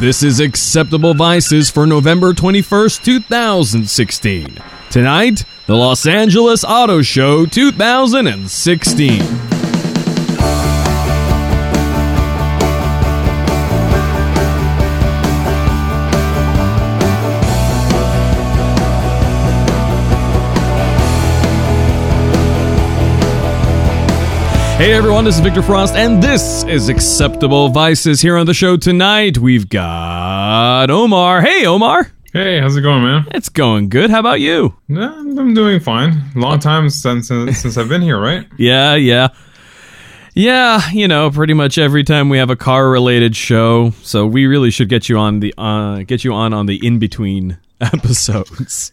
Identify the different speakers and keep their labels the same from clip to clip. Speaker 1: This is Acceptable Vices for November 21st, 2016. Tonight, the Los Angeles Auto Show 2016. Hey everyone, this is Victor Frost, and this is Acceptable Vices. Here on the show tonight, we've got Omar. Hey Omar,
Speaker 2: Hey, how's it going, man?
Speaker 1: it's going good. How about you?
Speaker 2: Nah, I'm I'm doing fine. Long time since since I've been here, right?
Speaker 1: Yeah, yeah. Yeah, you know, pretty much every time we have a car related show, so we really should get you on the uh get you on on the in between episodes.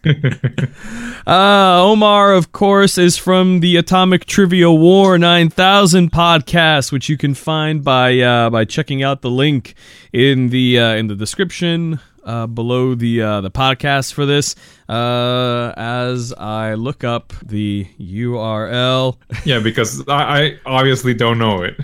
Speaker 1: uh Omar of course is from the Atomic Trivia War 9000 podcast, which you can find by uh by checking out the link in the uh in the description. Uh, below the uh, the podcast for this, uh, as I look up the URL,
Speaker 2: Yeah, because I, I obviously don't know it.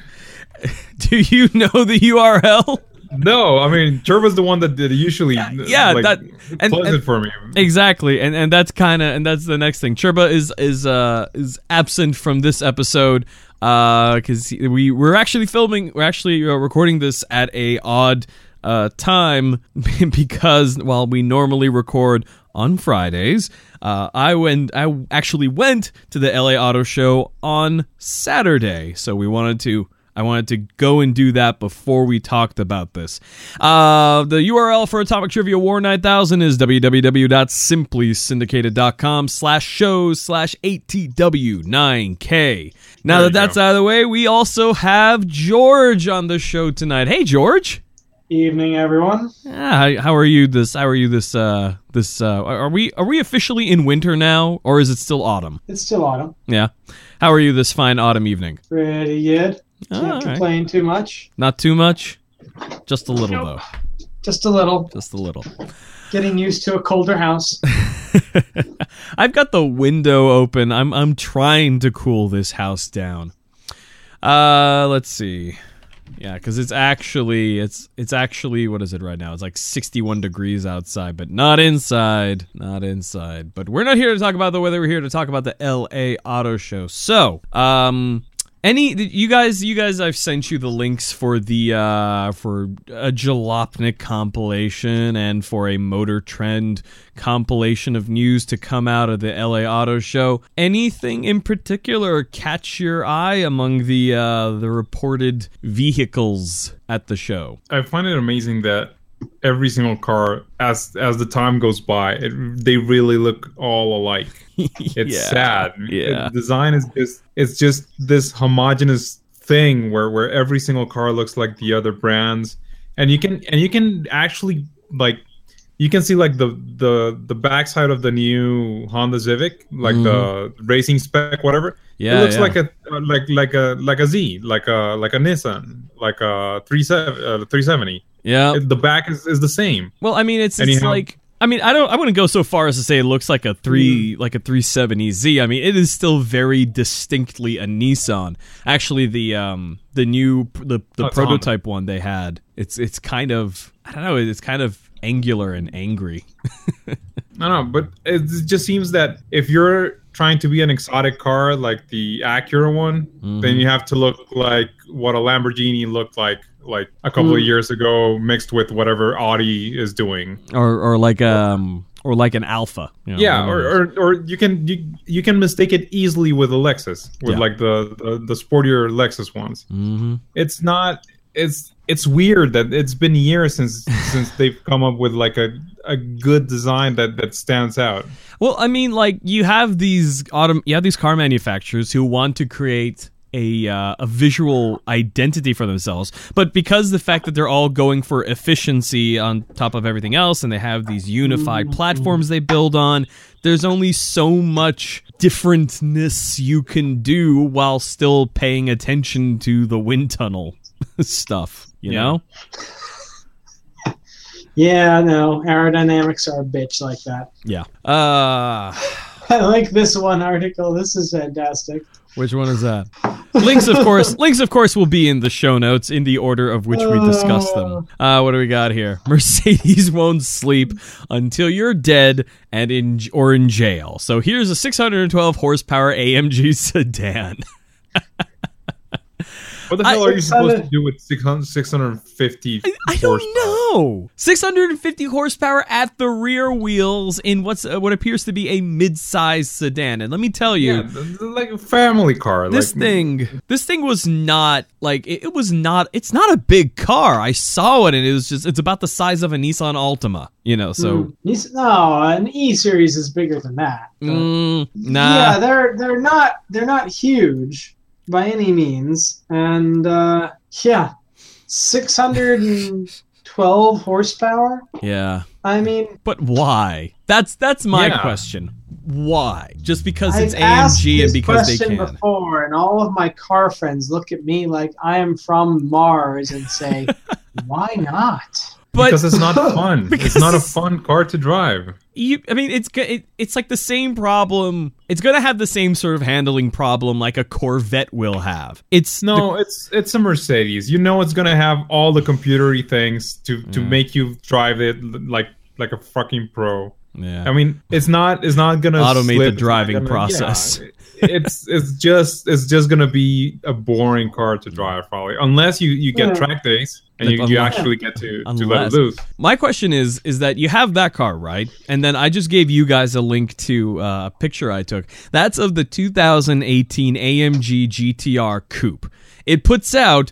Speaker 1: Do you know the URL?
Speaker 2: No, I mean Turbo's the one that did usually
Speaker 1: yeah,
Speaker 2: like,
Speaker 1: that- and-
Speaker 2: plugs
Speaker 1: and-
Speaker 2: it for me.
Speaker 1: Exactly, and and that's kind of and that's the next thing. Chirba is is uh is absent from this episode because we we're actually filming we're actually uh, recording this at a odd uh time because while we normally record on Fridays, uh, I went I actually went to the LA Auto Show on Saturday, so we wanted to I wanted to go and do that before we talked about this. Uh, the URL for Atomic Trivia War 9000 is www.simplysyndicated.com slash shows slash ATW9K. Now
Speaker 2: There
Speaker 1: that
Speaker 2: you
Speaker 1: that's out of the way, we also have George on the show tonight. Hey, George.
Speaker 3: Evening, everyone.
Speaker 1: Ah, how- how are you this how are you this uh this uh are we are we officially in winter now or is it still autumn?
Speaker 3: It's still autumn.
Speaker 1: Yeah. How are you this fine autumn evening?
Speaker 3: Pretty good. Can't
Speaker 1: All right.
Speaker 3: complain too much.
Speaker 1: Not too much? Just a little though.
Speaker 3: Just a little.
Speaker 1: Just a little.
Speaker 3: Getting used to a colder house.
Speaker 1: I've got the window open. I'm I'm trying to cool this house down. Uh, let's see. Yeah, because it's actually it's it's actually what is it right now? It's like 61 degrees outside, but not inside, not inside. But we're not here to talk about the weather. We're here to talk about the L.A. Auto Show. So, um, any did you guys, you guys, I've sent you the links for the uh for a Jalopnik compilation and for a Motor Trend compilation of news to come out of the L.A. Auto Show. Anything in particular catch your eye among the uh the reported vehicles at the show?
Speaker 2: I find it amazing that every single car, as as the time goes by, it, they really look all alike. It's
Speaker 1: Yeah.
Speaker 2: sad.
Speaker 1: Yeah.
Speaker 2: It- design is just it's just this homogenous thing where where every single car looks like the other brands, and you can and you can actually like you can see like the the the backside of the new Honda Civic, like
Speaker 1: Mm-hmm.
Speaker 2: the racing spec, whatever.
Speaker 1: Yeah,
Speaker 2: it looks
Speaker 1: yeah.
Speaker 2: like a uh, like like a like a Z, like a like a Nissan, like a three seven uh, three seventy.
Speaker 1: Yeah.
Speaker 2: The back is, is the same.
Speaker 1: Well, I mean, it's, it's
Speaker 2: Anyhow.
Speaker 1: like I mean, I don't. I wouldn't go so far as to say it looks like a
Speaker 2: Mm.
Speaker 1: three, like a three seventy Z. I mean, it is still very distinctly a Nissan. Actually, the um the new the the
Speaker 2: Oh, it's
Speaker 1: prototype one they had. It's it's kind of I don't know. It's kind of angular and angry.
Speaker 2: No, no, but it just seems that if you're trying to be an exotic car like the Acura one,
Speaker 1: Mm-hmm.
Speaker 2: then you have to look like what a Lamborghini looked like like a couple
Speaker 1: Mm.
Speaker 2: of years ago, mixed with whatever Audi is doing.
Speaker 1: Mm-hmm. Or or like um or like an Alpha. you know,
Speaker 2: Yeah,
Speaker 1: one of
Speaker 2: or,
Speaker 1: those.
Speaker 2: or or you can you, you can mistake it easily with a Lexus, with
Speaker 1: Yeah.
Speaker 2: like the, the the sportier Lexus ones.
Speaker 1: Mhm.
Speaker 2: It's not it's it's weird that it's been years since since they've come up with like a a good design that that stands out.
Speaker 1: Well, I mean, like you have these autom- you have these car manufacturers who want to create a uh, a visual identity for themselves, but because the fact that they're all going for efficiency on top of everything else, and they have these unified platforms they build on, there's only so much differentness you can do while still paying attention to the wind tunnel stuff. You
Speaker 2: Yeah.
Speaker 1: know?
Speaker 3: yeah, no, aerodynamics are a bitch like that.
Speaker 1: Yeah. Uh,
Speaker 3: I like this one article. This is fantastic.
Speaker 1: which one is that? links of course links of course will be in the show notes in the order of which we discuss them uh, what do we got here mercedes won't sleep until you're dead and in or in jail so here's a 612 horsepower amg sedan
Speaker 2: What the hell are you supposed to do with 600, 650
Speaker 1: I don't know. 650 horsepower at the rear wheels in what's uh, what appears to be a mid-sized sedan. And let me tell you,
Speaker 2: Yeah, th- th- like a family car.
Speaker 1: this
Speaker 2: like,
Speaker 1: thing, this thing was not like it, it was not. It's not a big car. I saw it, and it was just. It's about the size of a Nissan Altima. You know, so
Speaker 3: Mm. Nis- no, an E series is bigger than that.
Speaker 1: mm,
Speaker 3: Hmm. Yeah,
Speaker 1: nah.
Speaker 3: they're they're not they're not huge by any means, and uh, yeah, six hundred and twelve horsepower.
Speaker 1: yeah.
Speaker 3: I mean,
Speaker 1: But why? That's that's my
Speaker 2: Yeah.
Speaker 1: question. Why? Just because
Speaker 3: I've
Speaker 1: it's
Speaker 3: asked
Speaker 1: AMG
Speaker 3: this
Speaker 1: and because they
Speaker 3: question
Speaker 1: can.
Speaker 3: before, and all of my car friends look at me like I am from Mars and say, "Why not?"
Speaker 1: But
Speaker 2: because it's not fun.
Speaker 1: Because
Speaker 2: it's not a
Speaker 1: it's-
Speaker 2: fun car to drive.
Speaker 1: you i mean it's go- it, it's like the same problem it's gonna have the same sort of handling problem like a corvette will have it's
Speaker 2: No, it's it's a Mercedes. You know it's gonna have all the computery things to to
Speaker 1: Yeah.
Speaker 2: make you drive it l- like like a fucking pro.
Speaker 1: the, yeah
Speaker 2: I mean, it's not it's not gonna
Speaker 1: Automate the
Speaker 2: slip, it's not
Speaker 1: driving
Speaker 2: gonna-
Speaker 1: process.
Speaker 2: yeah, it's it's just it's just gonna be a boring car to drive probably unless you you get
Speaker 3: Yeah.
Speaker 2: track days and you, you
Speaker 1: Unless-
Speaker 2: actually get to to let
Speaker 1: Unless-
Speaker 2: it loose.
Speaker 1: my question is is that you have that car right and then i just gave you guys a link to uh, a picture i took that's of the 2018 amg gtr coupe it puts out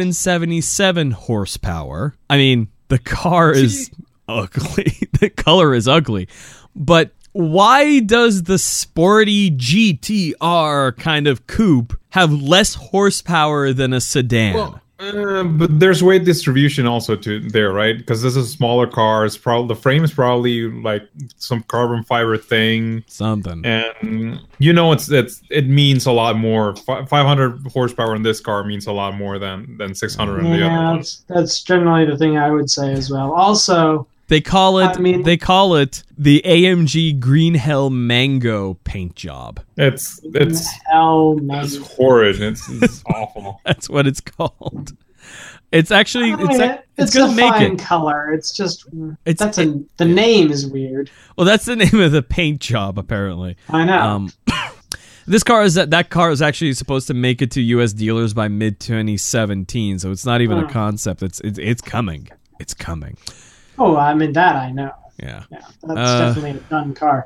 Speaker 1: 577 horsepower i mean the car is ugly the color is ugly but why does the sporty gtr kind of coupe have less horsepower than a sedan
Speaker 2: Uh, but there's weight distribution also to there, right? Because this is a smaller car. It's probably the frame is probably like some carbon fiber thing,
Speaker 1: something
Speaker 2: and you know it's it's it means a lot more. Fi 500 horsepower in this car means a lot more than than 600 in the other
Speaker 3: Yeah,
Speaker 2: one.
Speaker 3: that's, that's generally the thing I would say as well. Also,
Speaker 1: They call it
Speaker 3: I mean-
Speaker 1: they call it the AMG Green Hell Mango paint job.
Speaker 2: It's it's
Speaker 3: hell, man.
Speaker 2: it's horrid. It's, it's awful.
Speaker 1: That's what it's called. It's actually
Speaker 3: I mean,
Speaker 1: it's,
Speaker 3: it-
Speaker 1: ac- it's, gonna
Speaker 3: a
Speaker 1: make
Speaker 3: fine
Speaker 1: it.
Speaker 3: color. It's just
Speaker 1: It's
Speaker 3: that's a, the name is weird.
Speaker 1: well, that's the name of the paint job apparently.
Speaker 3: I know.
Speaker 1: Um, this car is that that car is actually supposed to make it to U.S. dealers by mid 2017, so it's not even a
Speaker 3: Hmm.
Speaker 1: concept. It's it's it's coming. It's coming.
Speaker 3: oh, I mean that I know.
Speaker 1: Yeah.
Speaker 3: Yeah, that's
Speaker 1: Uh,
Speaker 3: definitely a done car.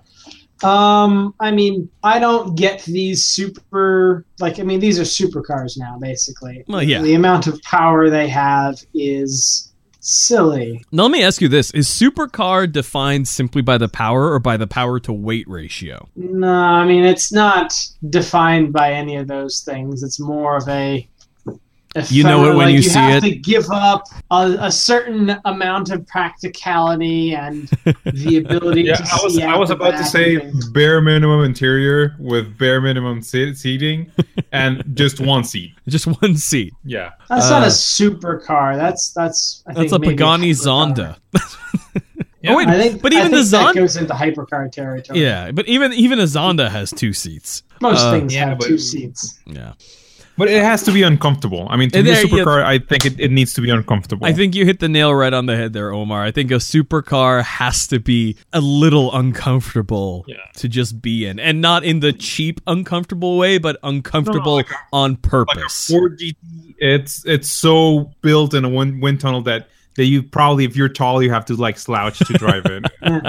Speaker 3: Um, I mean, I don't get these super like. I mean, these are supercars now, basically.
Speaker 1: Well, yeah.
Speaker 3: The amount of power they have is silly.
Speaker 1: Now let me ask you this: Is supercar defined simply by the power or by the power to weight ratio?
Speaker 3: No, I mean it's not defined by any of those things. It's more of a
Speaker 1: You know it
Speaker 3: ephemeral-
Speaker 1: when
Speaker 3: like,
Speaker 1: you see
Speaker 3: have
Speaker 1: it.
Speaker 3: To give up a, a certain amount of practicality and the ability.
Speaker 2: Yeah,
Speaker 3: to
Speaker 2: I was
Speaker 3: see
Speaker 2: I was
Speaker 3: out the
Speaker 2: about to
Speaker 3: back
Speaker 2: say
Speaker 3: and things.
Speaker 2: bare minimum interior with bare minimum se- seating and just one seat.
Speaker 1: Just one seat.
Speaker 2: Yeah.
Speaker 3: That's not
Speaker 1: Uh,
Speaker 3: a supercar. That's that's. I
Speaker 1: That's
Speaker 3: think
Speaker 1: a
Speaker 3: maybe
Speaker 1: Pagani
Speaker 3: hypercar.
Speaker 1: Zonda.
Speaker 2: Yeah.
Speaker 1: Oh wait,
Speaker 3: I think,
Speaker 1: but
Speaker 3: I
Speaker 1: even the
Speaker 3: think that
Speaker 1: Zonda,
Speaker 3: goes into hypercar territory.
Speaker 1: yeah, but even even a Zonda has two seats.
Speaker 3: most
Speaker 1: uh,
Speaker 3: things
Speaker 2: yeah,
Speaker 3: have
Speaker 2: but-
Speaker 3: two seats.
Speaker 1: Yeah,
Speaker 2: But it has to be uncomfortable. I mean, to
Speaker 1: And
Speaker 2: be a
Speaker 1: there, yeah.
Speaker 2: supercar, I think it, it needs to be uncomfortable.
Speaker 1: I think you hit the nail right on the head there, Omar. I think a supercar has to be a little uncomfortable
Speaker 2: Yeah.
Speaker 1: to just be in, and not in the cheap uncomfortable way, but uncomfortable
Speaker 2: like
Speaker 1: on
Speaker 2: like a
Speaker 1: purpose.
Speaker 2: Ford GT, it's it's so built in a wind, wind tunnel that that you probably, if you're tall, you have to like slouch to drive in.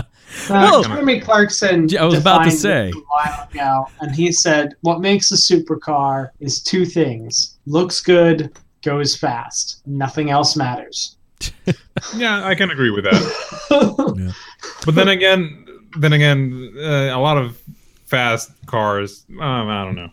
Speaker 1: Well-
Speaker 3: Uh, Jeremy Clarkson.
Speaker 1: Yeah, I was about to
Speaker 3: defined
Speaker 1: say.
Speaker 3: it a while ago, and he said, "What makes a supercar is two things: looks good, goes fast. Nothing else matters."
Speaker 2: yeah, I can agree with that.
Speaker 3: well,
Speaker 2: But then again, then again, uh, a lot of fast cars. Um, I don't know.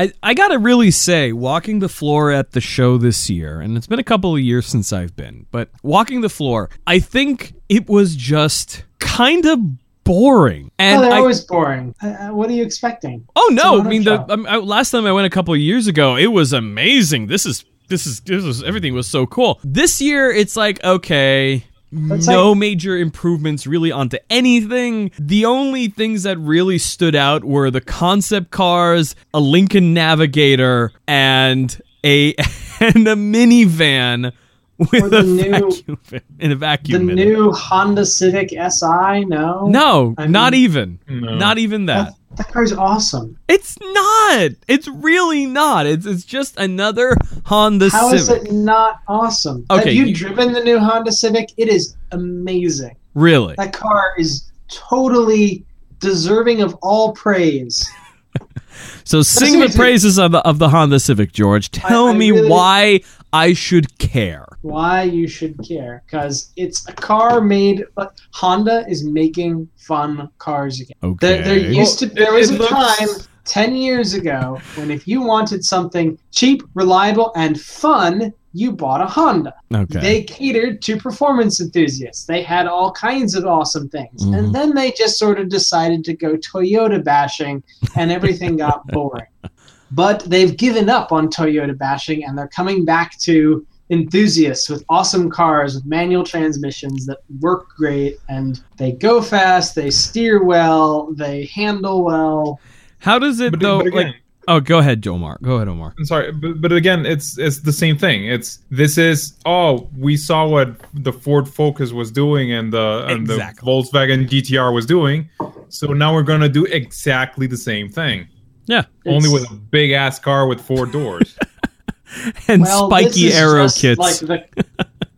Speaker 1: I, I gotta really say, walking the floor at the show this year, and it's been a couple of years since I've been, but walking the floor, I think it was just kind of boring. And
Speaker 3: they're
Speaker 1: I,
Speaker 3: always boring. Uh, Uh, what are you expecting?
Speaker 1: Oh no!
Speaker 3: It's
Speaker 1: I
Speaker 3: an
Speaker 1: mean,
Speaker 3: auto
Speaker 1: the I, mean, I, last time I went a couple of years ago, it was amazing. This is this is this is everything was so cool. This year, it's like okay,
Speaker 3: That's
Speaker 1: no
Speaker 3: like-
Speaker 1: major improvements really onto anything. The only things that really stood out were the concept cars, a Lincoln Navigator, and a and a minivan with
Speaker 3: the
Speaker 1: a
Speaker 3: new-
Speaker 1: vacuum in, in a
Speaker 3: The
Speaker 1: vacuum. in it.
Speaker 3: new Honda Civic Si, no,
Speaker 1: no,
Speaker 3: I
Speaker 1: not
Speaker 3: mean-
Speaker 1: even,
Speaker 2: No.
Speaker 1: not even that.
Speaker 3: that, that car's awesome.
Speaker 1: It's not. It's really not. It's it's just another Honda
Speaker 3: How
Speaker 1: Civic.
Speaker 3: is it not awesome?
Speaker 1: Okay,
Speaker 3: Have you,
Speaker 1: you-
Speaker 3: driven the new Honda Civic? It is amazing.
Speaker 1: Really?
Speaker 3: That car is totally deserving of all praise.
Speaker 1: So sing the
Speaker 3: seriously-
Speaker 1: praises of the, of the Honda Civic, George. Tell
Speaker 3: I
Speaker 1: me
Speaker 3: really-
Speaker 1: why I should care.
Speaker 3: Why you should care? Because it's a car made. But Honda is making fun cars again.
Speaker 1: Okay.
Speaker 3: There, there used to
Speaker 2: Well,
Speaker 3: there
Speaker 2: it-
Speaker 3: was
Speaker 2: it
Speaker 3: a
Speaker 2: looks-
Speaker 3: time ten years ago when if you wanted something cheap, reliable, and fun, you bought a Honda.
Speaker 1: okay.
Speaker 3: They catered to performance enthusiasts. They had all kinds of awesome things,
Speaker 1: Mhm.
Speaker 2: Mm-hmm.
Speaker 3: and then they just sort of decided to go Toyota bashing, and everything got boring. But they've given up on Toyota bashing, and they're coming back to enthusiasts with awesome cars with manual transmissions that work great and they go fast they steer well they handle well
Speaker 1: How does it
Speaker 2: But,
Speaker 1: though?
Speaker 2: but again,
Speaker 1: like, oh, go ahead, Omar. Go ahead, Omar.
Speaker 2: I'm sorry, but, but again, it's it's the same thing. It's this is oh, we saw what the Ford Focus was doing and the and
Speaker 1: Exactly.
Speaker 2: the Volkswagen GTR was doing, so now we're gonna do exactly the same thing,
Speaker 1: Yeah,
Speaker 2: only
Speaker 3: It's-
Speaker 2: with a big ass car with four doors.
Speaker 1: and
Speaker 3: well, this
Speaker 1: spiky
Speaker 3: is
Speaker 1: arrow
Speaker 3: just
Speaker 1: kits.
Speaker 3: like the,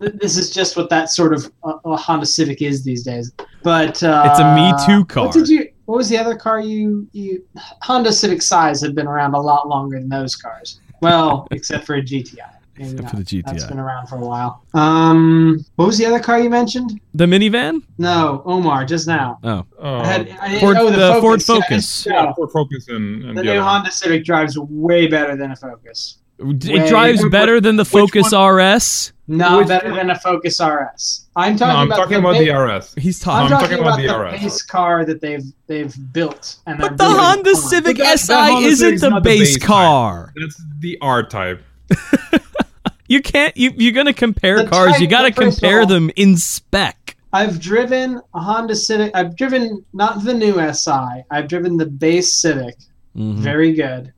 Speaker 3: th- this is just what that sort of uh, uh, honda civic is these days but uh,
Speaker 1: It's a Me Too car.
Speaker 3: what did you what was the other car you you honda civic size have been around a lot longer than those cars well except for a gti Maybe
Speaker 1: Except
Speaker 3: not.
Speaker 1: for the
Speaker 3: That's
Speaker 1: GTI,
Speaker 3: been around for a while. Um, what was the other car you mentioned?
Speaker 1: the minivan. Oh.
Speaker 3: No, Omar, just now.
Speaker 2: Uh,
Speaker 3: I had, I didn't
Speaker 1: Ford-
Speaker 3: know the,
Speaker 1: the Ford
Speaker 3: Focus. Yeah, I
Speaker 1: Focus.
Speaker 3: didn't know.
Speaker 2: Ford Focus and, and the
Speaker 3: The new
Speaker 2: other one.
Speaker 3: Honda Civic drives way better than a Focus.
Speaker 1: It
Speaker 3: Wait,
Speaker 1: drives
Speaker 3: which-
Speaker 1: better than the
Speaker 2: which one-
Speaker 1: Focus RS.
Speaker 3: No,
Speaker 2: Which-
Speaker 3: better than a Focus RS. I'm
Speaker 2: No,
Speaker 3: talking
Speaker 2: I'm
Speaker 3: about
Speaker 2: talking
Speaker 3: the
Speaker 2: about
Speaker 3: big-
Speaker 2: the RS.
Speaker 1: He's
Speaker 3: I'm,
Speaker 1: talking.
Speaker 2: I'm
Speaker 3: talking,
Speaker 2: talking
Speaker 3: about,
Speaker 2: about the
Speaker 3: the
Speaker 2: RS.
Speaker 3: base car that they've they've built. And
Speaker 1: but the
Speaker 3: they're building
Speaker 1: Honda
Speaker 3: upon.
Speaker 1: Civic
Speaker 2: But that- that
Speaker 1: Si
Speaker 2: Honda
Speaker 1: isn't
Speaker 2: Civic's
Speaker 1: the
Speaker 2: not the
Speaker 1: base
Speaker 2: base
Speaker 1: car.
Speaker 2: That's the R type.
Speaker 1: You can't. You you're gonna compare
Speaker 3: The
Speaker 1: cars. You
Speaker 3: type-
Speaker 1: gotta
Speaker 3: first of
Speaker 1: compare
Speaker 3: all-
Speaker 1: them in spec.
Speaker 3: I've driven a Honda Civic. I've driven not the new SI. I've driven the base Civic.
Speaker 2: Mm-hmm.
Speaker 1: Mhm.
Speaker 3: Very good.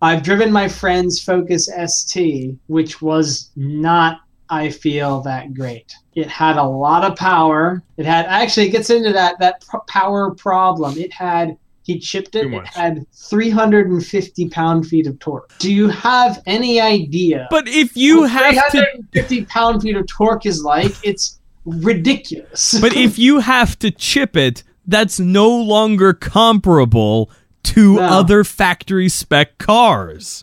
Speaker 3: I've driven my friend's Focus ST, which was not, I feel, that great. It had a lot of power. It had actually it gets into that that p- power problem. It had he chipped it.
Speaker 2: Too
Speaker 3: It
Speaker 2: much.
Speaker 3: had 350 pound feet of torque. Do you have any idea?
Speaker 1: But if you
Speaker 3: what
Speaker 1: have to
Speaker 3: 350 pound feet of torque is like it's ridiculous.
Speaker 1: But if you have to chip it, that's no longer comparable to
Speaker 3: No.
Speaker 1: other factory spec cars.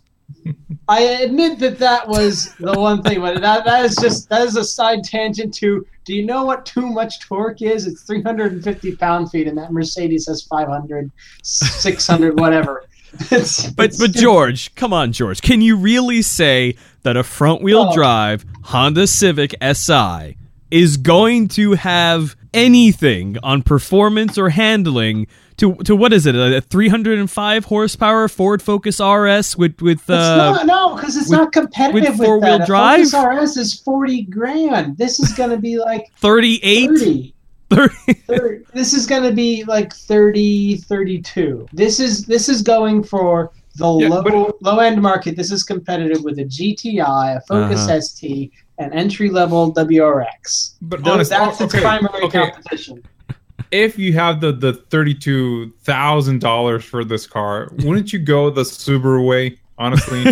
Speaker 3: I admit that that was the one thing, but that, that is just that is a side tangent to. Do you know what too much torque is? It's 350 pound feet, and that Mercedes has 500, 600, whatever. It's,
Speaker 1: But
Speaker 3: it's
Speaker 1: but
Speaker 3: stupid.
Speaker 1: George, come on, George, can you really say that a front wheel
Speaker 3: Well-
Speaker 1: drive Honda Civic SI is going to have anything on performance or handling to to what is it a 305 horsepower Ford Focus RS with with
Speaker 3: It's
Speaker 1: uh,
Speaker 3: not, no, because it's
Speaker 1: with-
Speaker 3: not competitive with
Speaker 1: four-wheel
Speaker 3: that. A
Speaker 1: drive?
Speaker 3: Focus RS is 40 grand. This is going to be like
Speaker 1: 38
Speaker 3: 30.
Speaker 1: 30
Speaker 3: Thir- this is going to be like 30 32 this is this is going for the
Speaker 2: Yeah,
Speaker 3: low
Speaker 2: but-
Speaker 3: low end market this is competitive with a gti a focus
Speaker 1: Uh-huh.
Speaker 3: st and entry level wrx
Speaker 2: But
Speaker 3: Though
Speaker 2: honestly,
Speaker 3: that's its
Speaker 2: oh, okay,
Speaker 3: primary
Speaker 2: okay.
Speaker 3: competition
Speaker 2: if you have the the thirty two thousand dollars for this car, wouldn't you go the Subaru way? Honestly,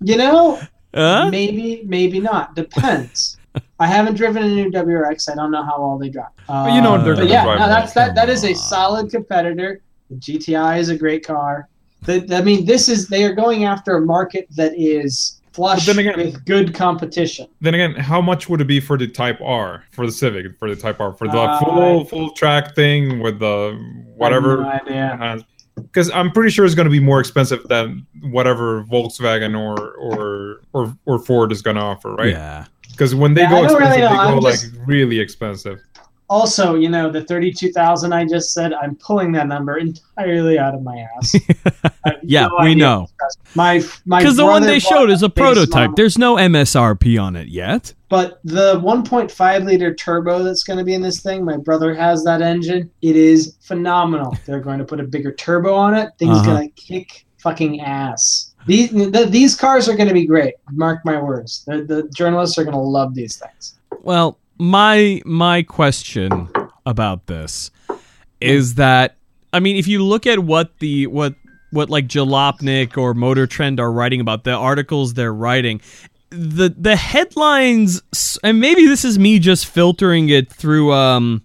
Speaker 3: you know
Speaker 1: Huh?
Speaker 3: maybe maybe not depends i haven't driven a new wrx i don't know how well they drive uh,
Speaker 2: But you know
Speaker 1: they're
Speaker 3: but
Speaker 1: gonna
Speaker 3: yeah
Speaker 2: drive
Speaker 3: no,
Speaker 2: well.
Speaker 3: that's that that is
Speaker 1: Come
Speaker 3: a
Speaker 1: on.
Speaker 3: solid competitor the gti is a great car The- i mean this is they are going after a market that is flush
Speaker 2: But then again-
Speaker 3: with good competition
Speaker 2: then again, how much would it be for the Type R for the Civic for the Type R for the
Speaker 3: Uh,
Speaker 2: full full track thing with the
Speaker 3: I
Speaker 2: whatever?
Speaker 3: have no idea.
Speaker 2: Because I'm pretty sure it's going to be more expensive than whatever Volkswagen or or or, or Ford is going to offer, right?
Speaker 1: Yeah.
Speaker 2: Because when they
Speaker 3: Yeah, I
Speaker 2: go
Speaker 3: don't
Speaker 2: expensive,
Speaker 3: really know.
Speaker 2: they go
Speaker 3: I'm
Speaker 2: like
Speaker 3: just-
Speaker 2: really expensive.
Speaker 3: Also, you know, the 32,000 I just said, I'm pulling that number entirely out of my ass. I have
Speaker 1: Yeah,
Speaker 3: no
Speaker 1: we
Speaker 3: idea.
Speaker 1: know.
Speaker 3: My my
Speaker 1: Because the one
Speaker 3: brother
Speaker 1: they showed
Speaker 3: bought
Speaker 1: is a
Speaker 3: base model.
Speaker 1: prototype. There's no MSRP on it yet.
Speaker 3: But the 1.5 liter turbo that's going to be in this thing, my brother has that engine. It is phenomenal. They're going to put a bigger turbo on it. Thing's
Speaker 1: Uh-huh.
Speaker 3: going to kick fucking ass. These th- these cars are going to be great. Mark my words. The, the journalists are going to love these things.
Speaker 1: Well, my my question about this is that I mean, if you look at what the what what like Jalopnik or Motor Trend are writing about, the articles they're writing, the the headlines, s- and maybe this is me just filtering it through um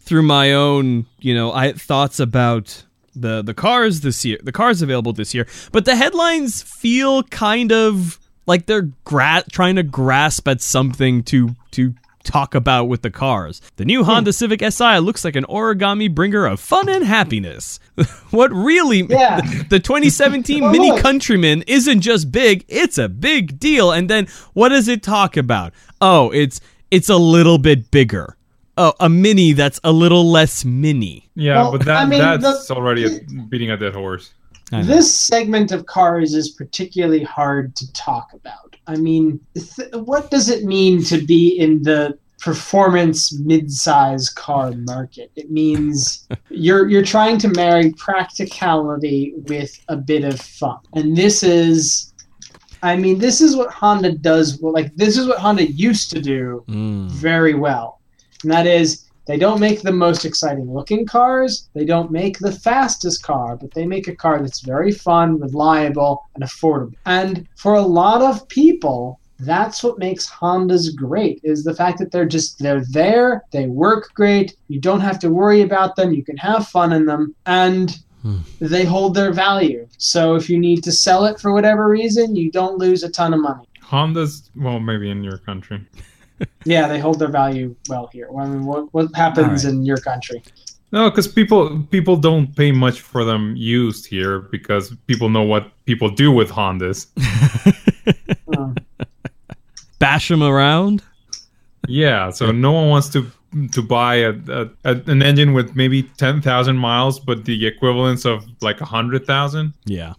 Speaker 1: through my own you know I, thoughts about the the cars this year, the cars available this year, but the headlines feel kind of like they're gra- trying to grasp at something to to talk about with the cars. The new Honda Civic Si looks like an origami bringer of fun and happiness. what really
Speaker 3: Yeah.
Speaker 1: the 2017
Speaker 3: Well,
Speaker 1: Mini
Speaker 3: look.
Speaker 1: Countryman isn't just big, it's a big deal. And then what does it talk about? Oh, it's it's a little bit bigger. Oh, a mini that's a little less mini.
Speaker 2: Yeah,
Speaker 3: Well,
Speaker 2: but that
Speaker 3: I mean,
Speaker 2: that's
Speaker 3: the-
Speaker 2: already a, beating a dead horse.
Speaker 1: I know.
Speaker 3: This segment of cars is particularly hard to talk about. I mean, th- what does it mean to be in the performance mid-size car market? It means you're you're trying to marry practicality with a bit of fun. And this is I mean, this is what Honda does well, like this is what Honda used to do
Speaker 1: Mm.
Speaker 3: very well. And that is, they don't make the most exciting looking cars, they don't make the fastest car, but they make a car that's very fun, reliable, and affordable. And for a lot of people, that's what makes Hondas great is the fact that they're just they're there, they work great, you don't have to worry about them, you can have fun in them, and
Speaker 1: Hmm.
Speaker 3: they hold their value. So if you need to sell it for whatever reason, you don't lose a ton of money.
Speaker 2: Honda's well, maybe in your country.
Speaker 3: Yeah, they hold their value well here. Well, I mean, what, what happens
Speaker 1: All
Speaker 3: in your country?
Speaker 2: No, because people people don't pay much for them used here because people know what people do with Hondas.
Speaker 3: Uh,
Speaker 1: Bash them around.
Speaker 2: Yeah, so no one wants to to buy a, a, a an engine with maybe ten thousand miles, but the equivalence of like a hundred thousand.
Speaker 1: Yeah.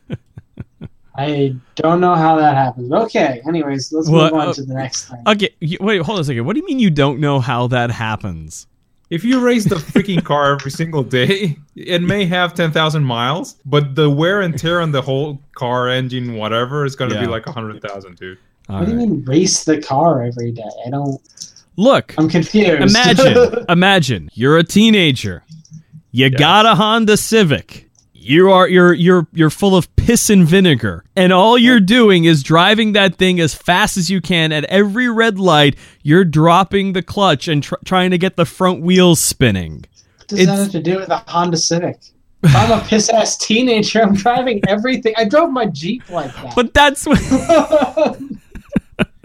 Speaker 3: I don't know how that happens. Okay, anyways, let's
Speaker 1: What-
Speaker 3: move on
Speaker 1: uh,
Speaker 3: to the next thing.
Speaker 1: Okay. y- Wait. Hold on a second. What do you mean you don't know how that happens?
Speaker 2: If you race the freaking car every single day, it may have ten thousand miles, but the wear and tear on the whole car engine, whatever, is gonna be
Speaker 1: Yeah.
Speaker 2: like a hundred thousand, dude.
Speaker 1: All
Speaker 3: what do you
Speaker 1: right.
Speaker 3: mean race the car every day? I don't.
Speaker 1: Look.
Speaker 3: I'm confused.
Speaker 1: Imagine, imagine you're a teenager. You got a Honda Civic. You are you're you're you're full of piss and vinegar, and all you're doing is driving that thing as fast as you can. At every red light, you're dropping the clutch and tr- trying to get the front wheels spinning.
Speaker 3: what does that
Speaker 1: it's-
Speaker 3: have to do with a Honda Civic? If I'm a piss ass teenager. I'm driving everything. I drove my Jeep like that.
Speaker 1: But that's what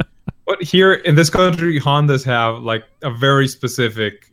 Speaker 2: But here in this country, Hondas have like a very specific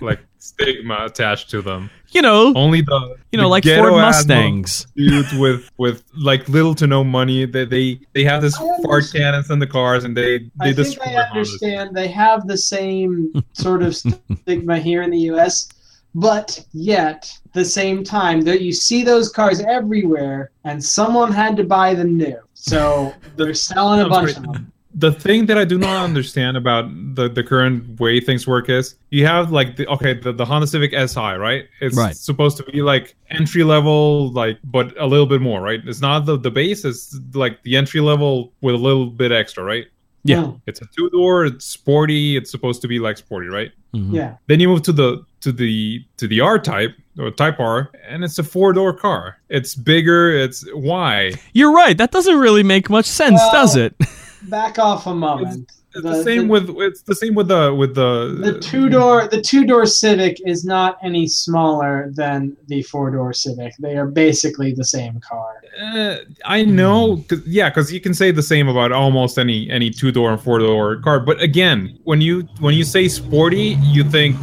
Speaker 2: like stigma attached to them.
Speaker 1: you know,
Speaker 2: Only the
Speaker 1: you know,
Speaker 2: the
Speaker 1: like Ford
Speaker 2: ghetto-ass
Speaker 1: Mustangs.
Speaker 2: dudes with with like little to no money. They they, they have this
Speaker 3: I
Speaker 2: fart
Speaker 3: understand.
Speaker 2: cannons in the cars and they they
Speaker 3: I think
Speaker 2: destroy
Speaker 3: I
Speaker 2: Hondas.
Speaker 3: understand they have the same sort of stigma here in the U.S., but yet the same time that you see those cars everywhere, and someone had to buy them new, so they're selling a
Speaker 2: I'm
Speaker 3: bunch
Speaker 2: sorry.
Speaker 3: of them.
Speaker 2: The thing that I do not understand about the, the current way things work is you have like the okay the, the Honda Civic Si right it's
Speaker 1: Right.
Speaker 2: supposed to be like entry level like but a little bit more right it's not the the base it's like the entry level with a little bit extra right
Speaker 1: Yeah.
Speaker 3: Mm,
Speaker 2: It's a two door. It's sporty. It's supposed to be like sporty, right?
Speaker 1: Mhm.
Speaker 3: yeah.
Speaker 2: Then you move to the to the to the R type or Type R, and it's a four door car. It's bigger. It's why
Speaker 1: You're right. That doesn't really make much sense,
Speaker 3: Well,
Speaker 1: does it?
Speaker 3: Back off a moment.
Speaker 2: it's uh, the, same with it's the same with the with the
Speaker 3: the two door. The two door Civic is not any smaller than the four door Civic. They are basically the same car.
Speaker 2: Uh, I know, 'cause- yeah, because you can say the same about almost any any two door and four door car. But again, when you when you say sporty, you think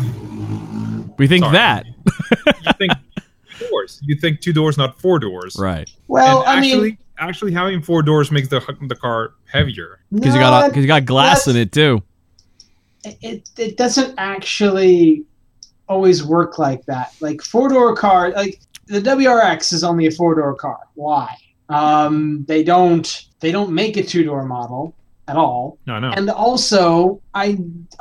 Speaker 1: We think
Speaker 2: sorry.
Speaker 1: that.
Speaker 2: you think two doors. You think two doors, not four doors.
Speaker 1: Right.
Speaker 3: Well,
Speaker 2: and
Speaker 3: I
Speaker 2: actually,
Speaker 3: mean,
Speaker 2: actually having four doors makes the the car heavier.
Speaker 1: Because you
Speaker 3: no,
Speaker 1: got because you got glass
Speaker 3: that's-
Speaker 1: in it too.
Speaker 3: it, it doesn't actually always work like that. Like four door car, like the WRX is only a four door car. Why? Um, they don't they don't make a two door model at all.
Speaker 2: No, no.
Speaker 3: And also, I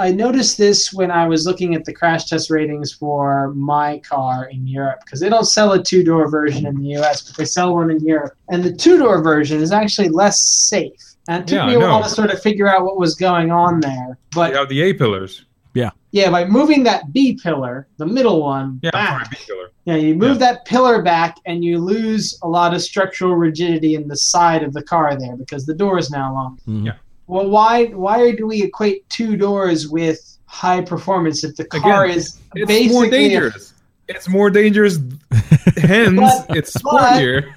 Speaker 3: I noticed this when I was looking at the crash test ratings for my car in Europe because they don't sell a two door version in the U.S., but they sell one in Europe. And the two door version is actually less safe. And it took
Speaker 2: Yeah, I
Speaker 3: me a while
Speaker 2: know.
Speaker 3: to sort of figure out what was going on there.
Speaker 2: You
Speaker 3: But
Speaker 2: have the A pillars.
Speaker 3: yeah, by moving that B pillar, the middle one,
Speaker 2: Yeah,
Speaker 3: back,
Speaker 2: sorry, B pillar.
Speaker 3: yeah, you move that pillar back and you lose a lot of structural rigidity in the side of the car there because the door is now long.
Speaker 1: Mhm.
Speaker 2: Yeah.
Speaker 3: Well, why why do we equate two doors with high performance if the car
Speaker 2: Again,
Speaker 3: is
Speaker 2: It's
Speaker 3: basically
Speaker 2: more dangerous. It's more dangerous. Hence, it's
Speaker 3: but-
Speaker 2: sportier.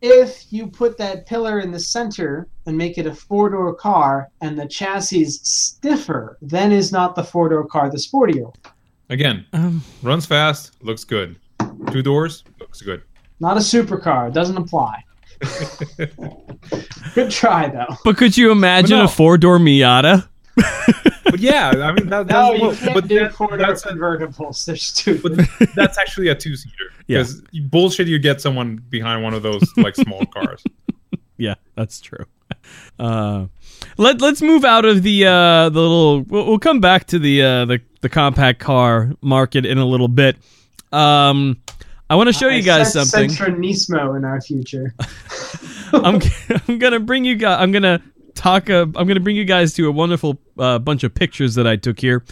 Speaker 3: if you put that pillar in the center and make it a four door car and the chassis is stiffer, then is not the four door car the sportier? one.
Speaker 2: Again,
Speaker 1: Um,
Speaker 2: runs fast, looks good. Two doors, looks good.
Speaker 3: Not a supercar, it doesn't apply. Good try though.
Speaker 1: but could you imagine
Speaker 2: no.
Speaker 1: a four door Miata?
Speaker 2: But yeah, I mean that,
Speaker 3: No,
Speaker 2: that's
Speaker 3: you
Speaker 2: what-
Speaker 3: can't
Speaker 2: but
Speaker 3: do
Speaker 2: that-
Speaker 3: four door
Speaker 2: that's a-
Speaker 3: convertibles. They're stupid.
Speaker 2: but that's actually a two seater.
Speaker 1: Yeah.
Speaker 2: Because bullshit, you get someone behind one of those like small cars.
Speaker 1: Yeah, that's true. Uh, let Let's move out of the uh, the little. We'll, we'll come back to the uh, the the compact car market in a little bit. Um, I want to show you guys
Speaker 3: sense
Speaker 1: something.
Speaker 3: Centro Nismo in our future.
Speaker 1: I'm I'm gonna bring you guys. I'm gonna talk. Uh, I'm gonna bring you guys to a wonderful uh, bunch of pictures that I took here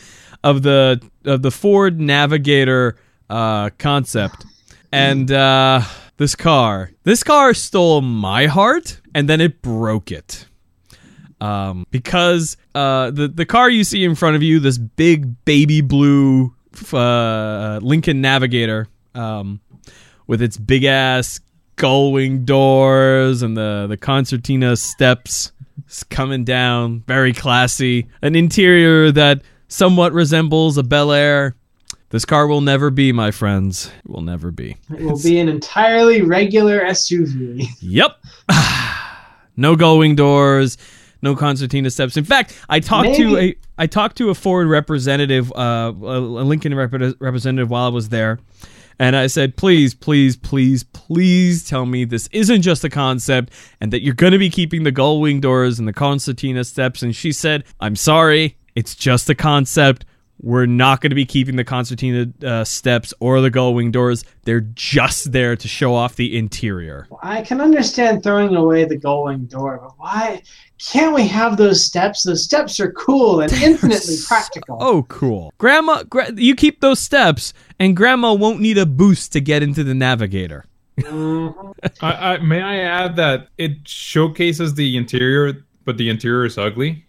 Speaker 1: of the of the Ford Navigator uh, concept and uh, this car. This car stole my heart and then it broke it. Um, because uh, the the car you see in front of you, this big baby blue f- uh, Lincoln Navigator. Um, with its big ass gull wing doors and the, the concertina steps s- coming down. Very classy. An interior that somewhat resembles a Bel Air. This car will never be, my friends. It will never be.
Speaker 3: It will be an entirely regular SUV.
Speaker 1: Yep. no gull wing doors. No concertina steps. In fact, I talked to a
Speaker 3: Maybe-
Speaker 1: I talked to a Ford representative, uh, a a Lincoln rep- representative, while I was there, and I said, "Please, please, please, please, tell me this isn't just a concept, and that you're going to be keeping the gull wing doors and the concertina steps." And she said, "I'm sorry, it's just a concept. We're not going to be keeping the concertina uh, steps or the gull wing doors. They're just there to show off the interior."
Speaker 3: I can understand throwing away the gullwing door, but why can't we have those steps? Those steps are cool and infinitely practical.
Speaker 1: Oh, cool. Grandma, gra- you keep those steps, and Grandma won't need a boost to get into the navigator.
Speaker 3: Mhm.
Speaker 2: I, I, may I add that it showcases the interior, but the interior is ugly.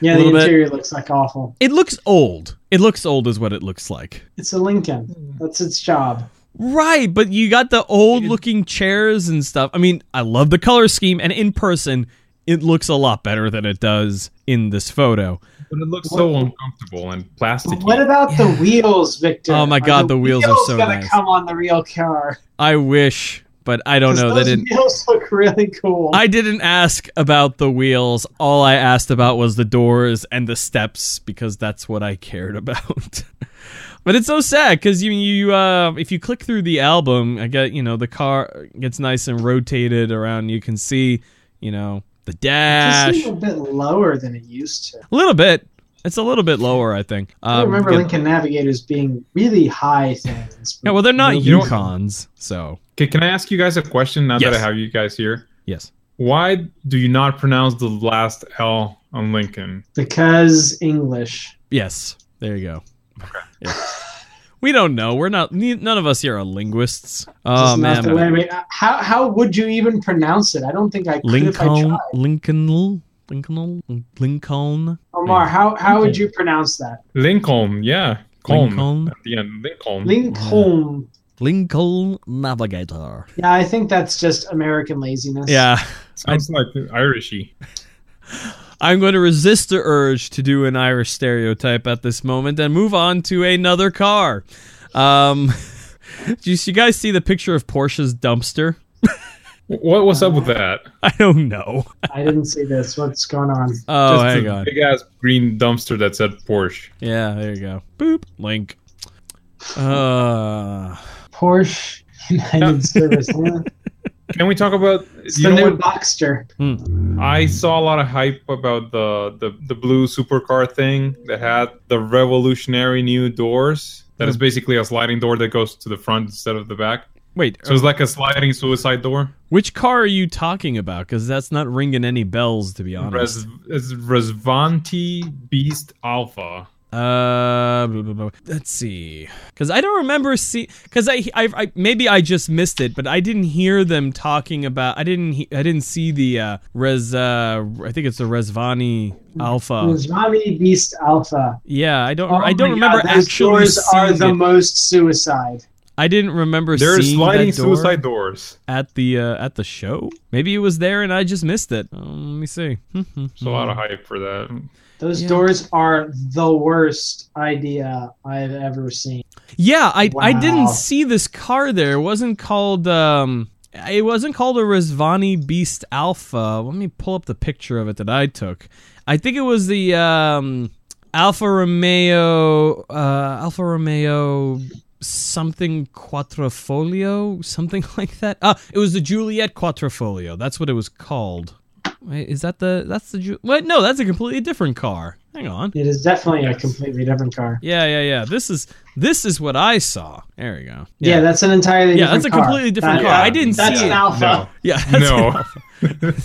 Speaker 3: Yeah,
Speaker 1: A
Speaker 3: the
Speaker 1: little bit.
Speaker 3: interior looks like awful.
Speaker 1: It looks old. It looks old, is what it looks like.
Speaker 3: It's a
Speaker 1: Hmm.
Speaker 3: Lincoln. That's its job.
Speaker 1: Right, but you got the old looking chairs and stuff. I mean, I love the color scheme, and in person, it looks a lot better than it does in this photo.
Speaker 2: But it looks so uncomfortable and plasticky.
Speaker 3: What about the wheels, Victor?
Speaker 1: Oh my
Speaker 3: Are
Speaker 1: God, the wheels are so
Speaker 3: gonna
Speaker 1: nice.
Speaker 3: come on the real car.
Speaker 1: I wish, but I don't
Speaker 3: 'Cause
Speaker 1: know. They
Speaker 3: Those
Speaker 1: didn't.
Speaker 3: wheels look really cool.
Speaker 1: I didn't ask about the wheels. All I asked about was the doors and the steps because that's what I cared about. but it's so sad because you you uh, if you click through the album, I get you know the car gets nice and rotated around. You can see you know the
Speaker 3: Just
Speaker 1: dash
Speaker 3: a little bit lower than it used to.
Speaker 1: a little bit. It's a little bit lower, I think.
Speaker 3: I
Speaker 1: Um,
Speaker 3: remember
Speaker 1: yeah.
Speaker 3: Lincoln Navigators being really high things.
Speaker 1: Yeah, well, they're not
Speaker 2: You know-
Speaker 1: Yukons, so
Speaker 2: Can, can I ask you guys a question now that
Speaker 1: Yes.
Speaker 2: I have you guys here?
Speaker 1: yes.
Speaker 2: Why do you not pronounce the last L on Lincoln?
Speaker 3: because English.
Speaker 1: Yes. There you go. Yeah. We don't know. We're not. ne- None of us here are linguists. Oh
Speaker 3: Just not
Speaker 1: man,
Speaker 3: the way I mean, how how would you even pronounce it? I don't think I could if I
Speaker 1: Lincoln,
Speaker 3: tried.
Speaker 1: Lincoln, Lincoln, Lincoln,
Speaker 3: Omar, how how would you pronounce that?
Speaker 1: Oh,
Speaker 2: Lincoln, yeah. Colm.
Speaker 1: Lincoln,
Speaker 2: At the end, Lincoln.
Speaker 3: Lincoln.
Speaker 1: Lincoln Navigator.
Speaker 3: Yeah, I think that's just American laziness.
Speaker 1: Yeah,
Speaker 2: Sounds like Irishy.
Speaker 1: I'm going to resist the urge to do an Irish stereotype at this moment and move on to another car. Um, did you you guys see the picture of Porsche's dumpster?
Speaker 2: What was up with that?
Speaker 1: I don't know.
Speaker 3: I didn't see this. What's going on?
Speaker 1: Oh,
Speaker 2: Just
Speaker 1: hang
Speaker 2: a
Speaker 1: on.
Speaker 2: Big ass green dumpster that said Porsche.
Speaker 1: Yeah, there you go. Boop. Link. Uh,
Speaker 3: Porsche United Service. huh?
Speaker 2: Can we talk about?
Speaker 3: It's
Speaker 2: You
Speaker 3: the
Speaker 2: know
Speaker 3: new
Speaker 2: what?
Speaker 3: Boxster.
Speaker 2: I saw a lot of hype about the, the the blue supercar thing that had the revolutionary new doors. That
Speaker 1: Hmm.
Speaker 2: is basically a sliding door that goes to the front instead of the back.
Speaker 1: wait,
Speaker 2: So it's like a sliding suicide door.
Speaker 1: which car are you talking about? Because that's not ringing any bells, to be honest.
Speaker 2: Res, it's Resvanti Beast Alpha.
Speaker 1: Uh, blah, blah, blah. let's see, because I don't remember see, because I, I, I, maybe I just missed it, but I didn't hear them talking about. I didn't, he, I didn't see the uh, Res. Uh, I think it's the Resvani Alpha.
Speaker 3: Rosmami Beast Alpha.
Speaker 1: Yeah, I don't,
Speaker 3: Oh
Speaker 1: Oh. I don't
Speaker 3: my
Speaker 1: remember
Speaker 3: God, those
Speaker 1: actually
Speaker 3: doors are
Speaker 1: seeing
Speaker 3: the
Speaker 1: it.
Speaker 3: most suicide.
Speaker 1: I didn't remember
Speaker 2: There are
Speaker 1: seeing
Speaker 2: sliding
Speaker 1: that door
Speaker 2: suicide doors.
Speaker 1: at the uh, at the show. Maybe it was there and I just missed it. Um, let me see.
Speaker 2: There's a lot
Speaker 1: Hmm.
Speaker 2: of hype for that.
Speaker 3: Those
Speaker 1: Yeah.
Speaker 3: doors are the worst idea I've ever seen.
Speaker 1: Yeah, I I didn't
Speaker 3: Wow.
Speaker 1: see this car there. It wasn't called um it wasn't called a Rizvani Beast Alpha. Let me pull up the picture of it that I took. I think it was the um Alfa Romeo uh Alfa Romeo something quattrofolio, something like that. Uh it was the Juliet quattrofolio. That's what it was called. Wait, is that the that's the Ju- Wait, no, that's a completely different car. Hang on.
Speaker 3: It is definitely a completely different car.
Speaker 1: Yeah, yeah, yeah. This is this is what I saw. There you go.
Speaker 3: Yeah, that's an entirely
Speaker 1: Yeah,
Speaker 3: different
Speaker 1: that's a
Speaker 3: car.
Speaker 1: completely different
Speaker 3: That-
Speaker 1: car. I didn't
Speaker 3: that's
Speaker 1: see
Speaker 3: an
Speaker 1: it.
Speaker 3: Alpha.
Speaker 1: yeah. that's
Speaker 2: No,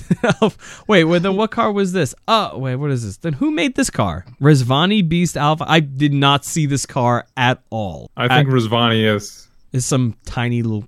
Speaker 1: wait, wait. Then what car was this? Oh, wait. What is this? Then who made this car? Rizvani Beast Alpha. I did not see this car at all.
Speaker 2: I think Resvani is
Speaker 1: It's some tiny little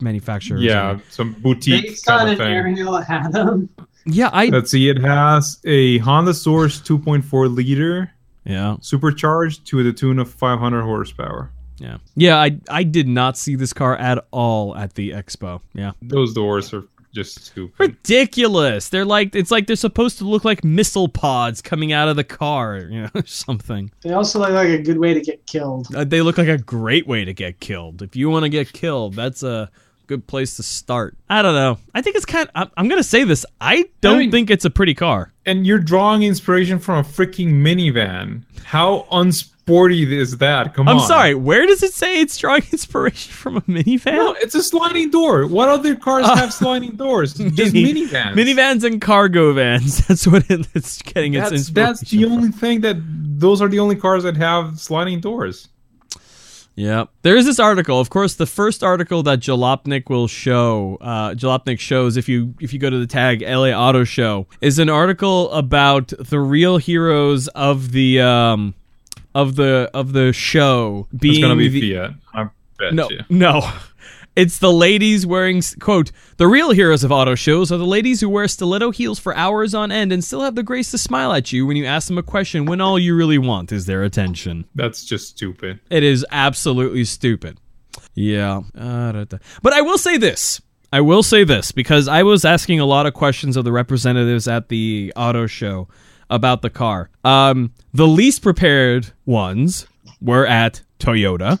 Speaker 1: manufacturer. or
Speaker 2: yeah
Speaker 1: something.
Speaker 2: some boutique
Speaker 3: Based on
Speaker 2: kind of
Speaker 3: an
Speaker 2: thing.
Speaker 3: Ariel Adam.
Speaker 1: yeah. I
Speaker 2: Let's see. It has a Honda Source 2.4 liter
Speaker 1: yeah,
Speaker 2: supercharged to the tune of 500 horsepower.
Speaker 1: yeah, yeah. I I did not see this car at all at the expo. Yeah.
Speaker 2: Those doors are just stupid.
Speaker 1: ridiculous. They're like it's like they're supposed to look like missile pods coming out of the car, you know, or something.
Speaker 3: They also look like a good way to get killed.
Speaker 1: Uh, they look like a great way to get killed. If you want to get killed, that's a good place to start. I don't know. I think it's kind. I'm, I'm gonna say this. I don't
Speaker 2: mean-
Speaker 1: think it's a pretty car.
Speaker 2: And you're drawing inspiration from a freaking minivan. How unsporty is that? Come
Speaker 1: I'm
Speaker 2: on.
Speaker 1: sorry. Where does it say it's drawing inspiration from a minivan?
Speaker 2: No, it's a sliding door. What other cars have sliding doors? Just
Speaker 1: Mini-
Speaker 2: minivans.
Speaker 1: Minivans and cargo vans. That's what it, it's getting its
Speaker 2: That's,
Speaker 1: inspiration.
Speaker 2: that's the
Speaker 1: from.
Speaker 2: only thing that those are the only cars that have sliding doors.
Speaker 1: Yeah. There is this article, of course, the first article that Jalopnik will show, uh, Jalopnik shows if you if you go to the tag LA Auto Show, is an article about the real heroes of the um, of the of the show being
Speaker 2: It's gonna be
Speaker 1: the,
Speaker 2: Fiat. I bet
Speaker 1: no,
Speaker 2: you.
Speaker 1: no. It's the ladies wearing quote the real heroes of auto shows are the ladies who wear stiletto heels for hours on end and still have the grace to smile at you when you ask them a question when all you really want is their attention.
Speaker 2: That's just stupid.
Speaker 1: It is absolutely stupid. Yeah. Uh, da, da. But I will say this. I will say this because I was asking a lot of questions of the representatives at the auto show about the car. Um, the least prepared ones were at Toyota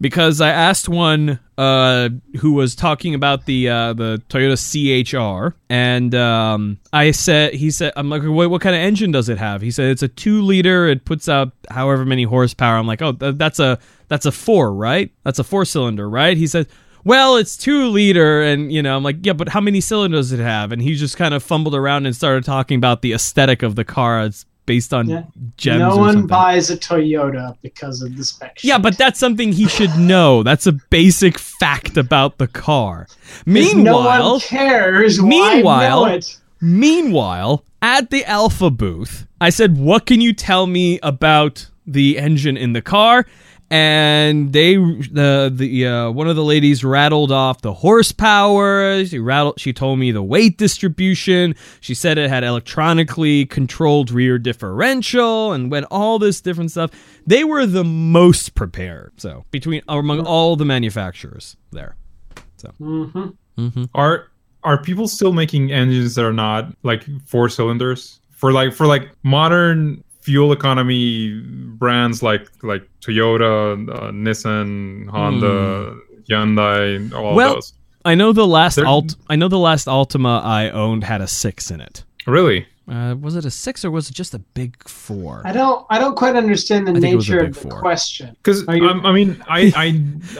Speaker 1: because I asked one uh, who was talking about the uh, the Toyota CHR, and um, I said he said I'm like, what, what kind of engine does it have? He said it's a two liter. It puts out however many horsepower. I'm like, oh, th- that's a that's a four, right? That's a four cylinder, right? He said. Well, it's two liter, and you know, I'm like, yeah, but how many cylinders does it have? And he just kind of fumbled around and started talking about the aesthetic of the car. It's based on
Speaker 3: Yeah.
Speaker 1: gems.
Speaker 3: no
Speaker 1: or
Speaker 3: one
Speaker 1: something.
Speaker 3: buys a Toyota because of the specs.
Speaker 1: Yeah, but that's something he should know. That's a basic fact about the car.
Speaker 3: If no
Speaker 1: Meanwhile,
Speaker 3: one cares. why
Speaker 1: meanwhile-
Speaker 3: know it?
Speaker 1: meanwhile, at the Alpha booth, I said, "What can you tell me about the engine in the car?" And they, the the uh, one of the ladies rattled off the horsepower. She rattled. She told me the weight distribution. She said it had electronically controlled rear differential and went all this different stuff. They were the most prepared. So between among all the manufacturers there.
Speaker 3: Mhm.
Speaker 2: Are are people still making engines that are not like four cylinders for like for like modern fuel economy brands like like Toyota, uh, Nissan, Honda,
Speaker 3: Hmm.
Speaker 2: Hyundai, all
Speaker 1: Well-
Speaker 2: those?
Speaker 1: I know the last
Speaker 2: They're-
Speaker 1: alt. I know the last Altima I owned had a six in it.
Speaker 2: Really?
Speaker 4: Uh, was it a six or was it just a big four?
Speaker 3: I don't I don't quite understand the
Speaker 4: I think it was a
Speaker 3: nature
Speaker 4: big
Speaker 3: of the
Speaker 4: four.
Speaker 3: question.
Speaker 2: Because
Speaker 3: Are you-
Speaker 2: um, I mean, I I,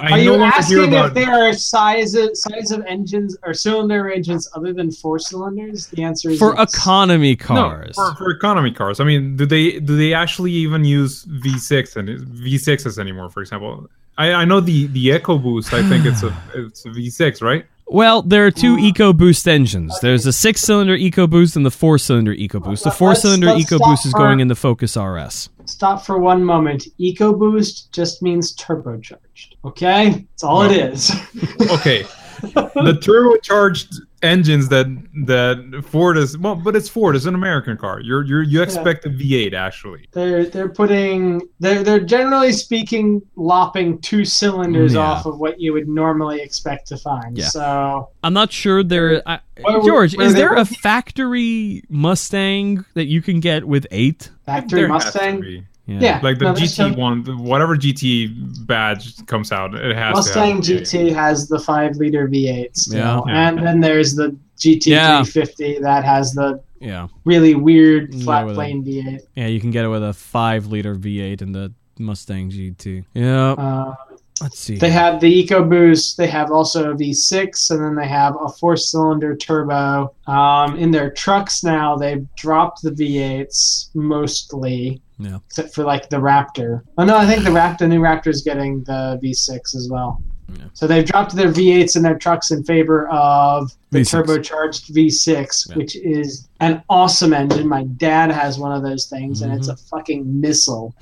Speaker 2: I no
Speaker 3: are you
Speaker 2: longer hear
Speaker 3: asking
Speaker 2: about
Speaker 3: if there are sizes size of engines or cylinder engines other than four cylinders? The answer is
Speaker 1: for
Speaker 3: yes.
Speaker 1: economy
Speaker 2: no
Speaker 1: cars.
Speaker 3: uh.
Speaker 2: for,
Speaker 3: Ah.
Speaker 2: for economy cars. I mean, do they do they actually even use V6 and V6s anymore? For example, I, I know the the EcoBoost. I think it's a it's a V6, right?
Speaker 1: Well, there are
Speaker 3: Ah.
Speaker 1: two EcoBoost engines. There's a six-cylinder EcoBoost and the four-cylinder EcoBoost. The
Speaker 3: Let's-
Speaker 1: four-cylinder
Speaker 3: let's stop
Speaker 1: EcoBoost is
Speaker 3: for-
Speaker 1: going in the Focus RS.
Speaker 3: Stop for one moment. EcoBoost just means turbocharged. Okay, that's all it is.
Speaker 2: Okay, the turbocharged engines that that Ford is well, but it's Ford. It's an American car. You're you're you expect a V8 actually.
Speaker 3: They're they're putting they're they're generally speaking lopping two cylinders
Speaker 1: Yeah.
Speaker 3: off of what you would normally expect to find.
Speaker 1: Yeah.
Speaker 3: So
Speaker 1: I'm not sure there. I,
Speaker 3: Where-
Speaker 1: George,
Speaker 3: where
Speaker 1: is
Speaker 3: they-
Speaker 1: there a factory Mustang that you can get with eight?
Speaker 3: factory
Speaker 2: There has to
Speaker 3: Mustang.
Speaker 2: be.
Speaker 3: Yeah,
Speaker 2: like the
Speaker 3: no, that's
Speaker 2: GT
Speaker 3: true.
Speaker 2: one, the- whatever GT badge comes out, it has
Speaker 3: Mustang
Speaker 2: to have a
Speaker 3: GT has the five liter V8 still,
Speaker 2: Yeah.
Speaker 3: and then there's the GT
Speaker 1: Yeah.
Speaker 3: 350 that has the
Speaker 1: Yeah,
Speaker 3: really weird
Speaker 1: Yeah,
Speaker 3: flat
Speaker 1: with a-
Speaker 3: plane V8.
Speaker 1: yeah, you can get it with a five-liter V8 and the Mustang GT. Yeah,
Speaker 3: Uh,
Speaker 1: let's see.
Speaker 3: They have the EcoBoost. They have also a V6, and then they have a four-cylinder turbo. Um, in their trucks now, they've dropped the V8s mostly,
Speaker 1: Yeah.
Speaker 3: except for like the Raptor. Oh no, I think the Raptor, the new Raptor, is getting the V6 as well.
Speaker 1: Yeah.
Speaker 3: So they've dropped their V8s in their trucks in favor of the
Speaker 1: V6.
Speaker 3: turbocharged V6,
Speaker 1: Yeah.
Speaker 3: which is an awesome engine. My dad has one of those things, and it's a fucking missile.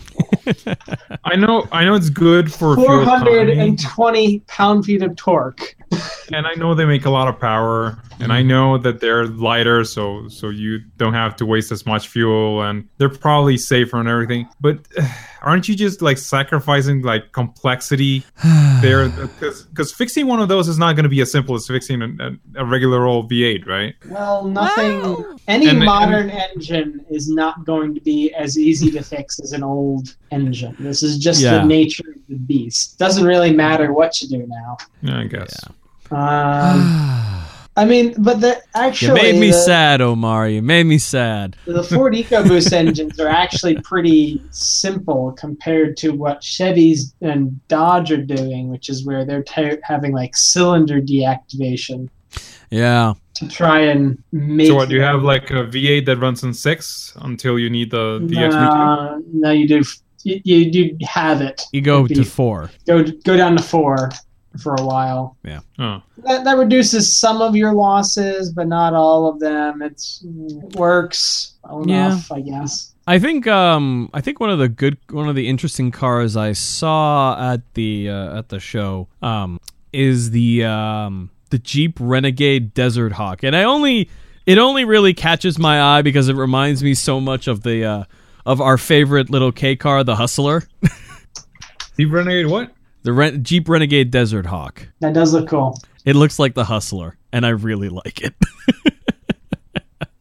Speaker 2: V8. I know, I know, it's good for fuel economy,
Speaker 3: 420 pound-feet of torque.
Speaker 2: and I know they make a lot of power, and I know that they're lighter, so so you don't have to waste as much fuel, and they're probably safer and everything. But aren't you just like sacrificing like complexity there? Because fixing one of those is not going to be as simple as fixing a, a, a regular old V8, right?
Speaker 3: Well, nothing. any
Speaker 2: And- and-
Speaker 3: modern engine is not going to be as easy to fix as an old engine. This is just
Speaker 1: Yeah.
Speaker 3: the nature of the beast. Doesn't really matter what you do now.
Speaker 2: Yeah, I guess.
Speaker 3: Um, I mean, but the actually
Speaker 1: you made me
Speaker 3: the,
Speaker 1: sad, Omar. You made me sad.
Speaker 3: the Ford EcoBoost engines are actually pretty simple compared to what Chevys and Dodge are doing, which is where they're t- having like cylinder deactivation
Speaker 1: Yeah.
Speaker 3: to try and make.
Speaker 2: So what you
Speaker 3: them-
Speaker 2: have like a V8 that runs on six until you need the the XB2?
Speaker 3: No, Uh, no, you do. You, you you have it.
Speaker 1: You go to
Speaker 3: Beef.
Speaker 1: four.
Speaker 3: Go go down to four for a while.
Speaker 2: Oh.
Speaker 3: That that reduces some of your losses, but not all of them. It's works well
Speaker 1: Yeah.
Speaker 3: enough, I guess.
Speaker 1: I think um I think one of the good one of the interesting cars I saw at the uh, at the show um is the um the Jeep Renegade Desert Hawk and I only it only really catches my eye because it reminds me so much of the uh of our favorite little K car the Hustler
Speaker 2: Deep Renegade what?
Speaker 1: the Ren- Jeep Renegade Desert Hawk
Speaker 3: That does look cool.
Speaker 1: it looks like the Hustler and I really like it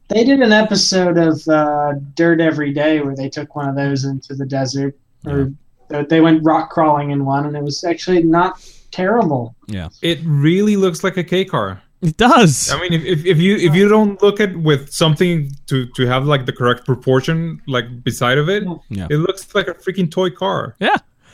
Speaker 3: They did an episode of uh, Dirt Every Day where they took one of those into the desert, or they- they went rock crawling in one, and it was actually not terrible.
Speaker 2: It really looks like a K car.
Speaker 1: it does
Speaker 2: I mean, if, if, if you if you don't look at with something to to have like the correct proportion like beside of it,
Speaker 1: Yeah.
Speaker 2: it looks like a freaking toy car.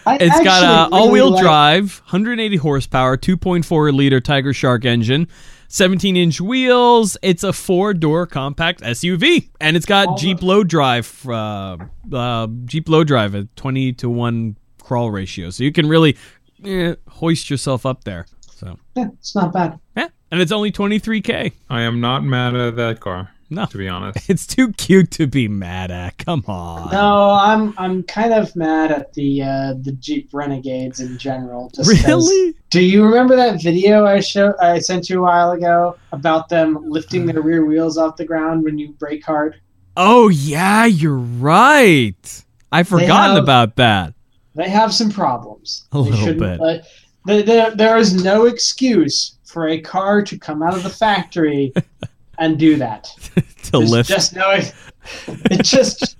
Speaker 3: I
Speaker 1: It's got a
Speaker 3: actually really
Speaker 1: all-wheel
Speaker 3: like-
Speaker 1: drive, 180 horsepower, 2.4 liter Tiger Shark engine, 17-inch wheels. It's a four-door compact SUV, and it's got
Speaker 3: All
Speaker 1: Jeep low drive, uh, uh, Jeep low drive, a 20 to one crawl ratio. So you can really eh, hoist yourself up there. So
Speaker 3: Yeah, it's not bad.
Speaker 1: yeah, and it's only 23k.
Speaker 2: I am not mad at that car.
Speaker 1: No.
Speaker 2: to be honest.
Speaker 1: It's too cute to be mad at. Come on.
Speaker 3: No, I'm I'm kind of mad at the uh, the Jeep Renegades in general. Just 'cause-
Speaker 1: Really?
Speaker 3: Do you remember that video I show I sent you a while ago about them lifting their rear wheels off the ground when you brake hard?
Speaker 1: Oh yeah, you're right. I forgotten
Speaker 3: have-
Speaker 1: about that.
Speaker 3: They have some problems.
Speaker 1: A
Speaker 3: They
Speaker 1: little bit.
Speaker 3: shouldn't- uh, there- there, there is no excuse for a car to come out of the factory and do that.
Speaker 1: to
Speaker 3: There's
Speaker 1: lift.
Speaker 3: Just no, it just.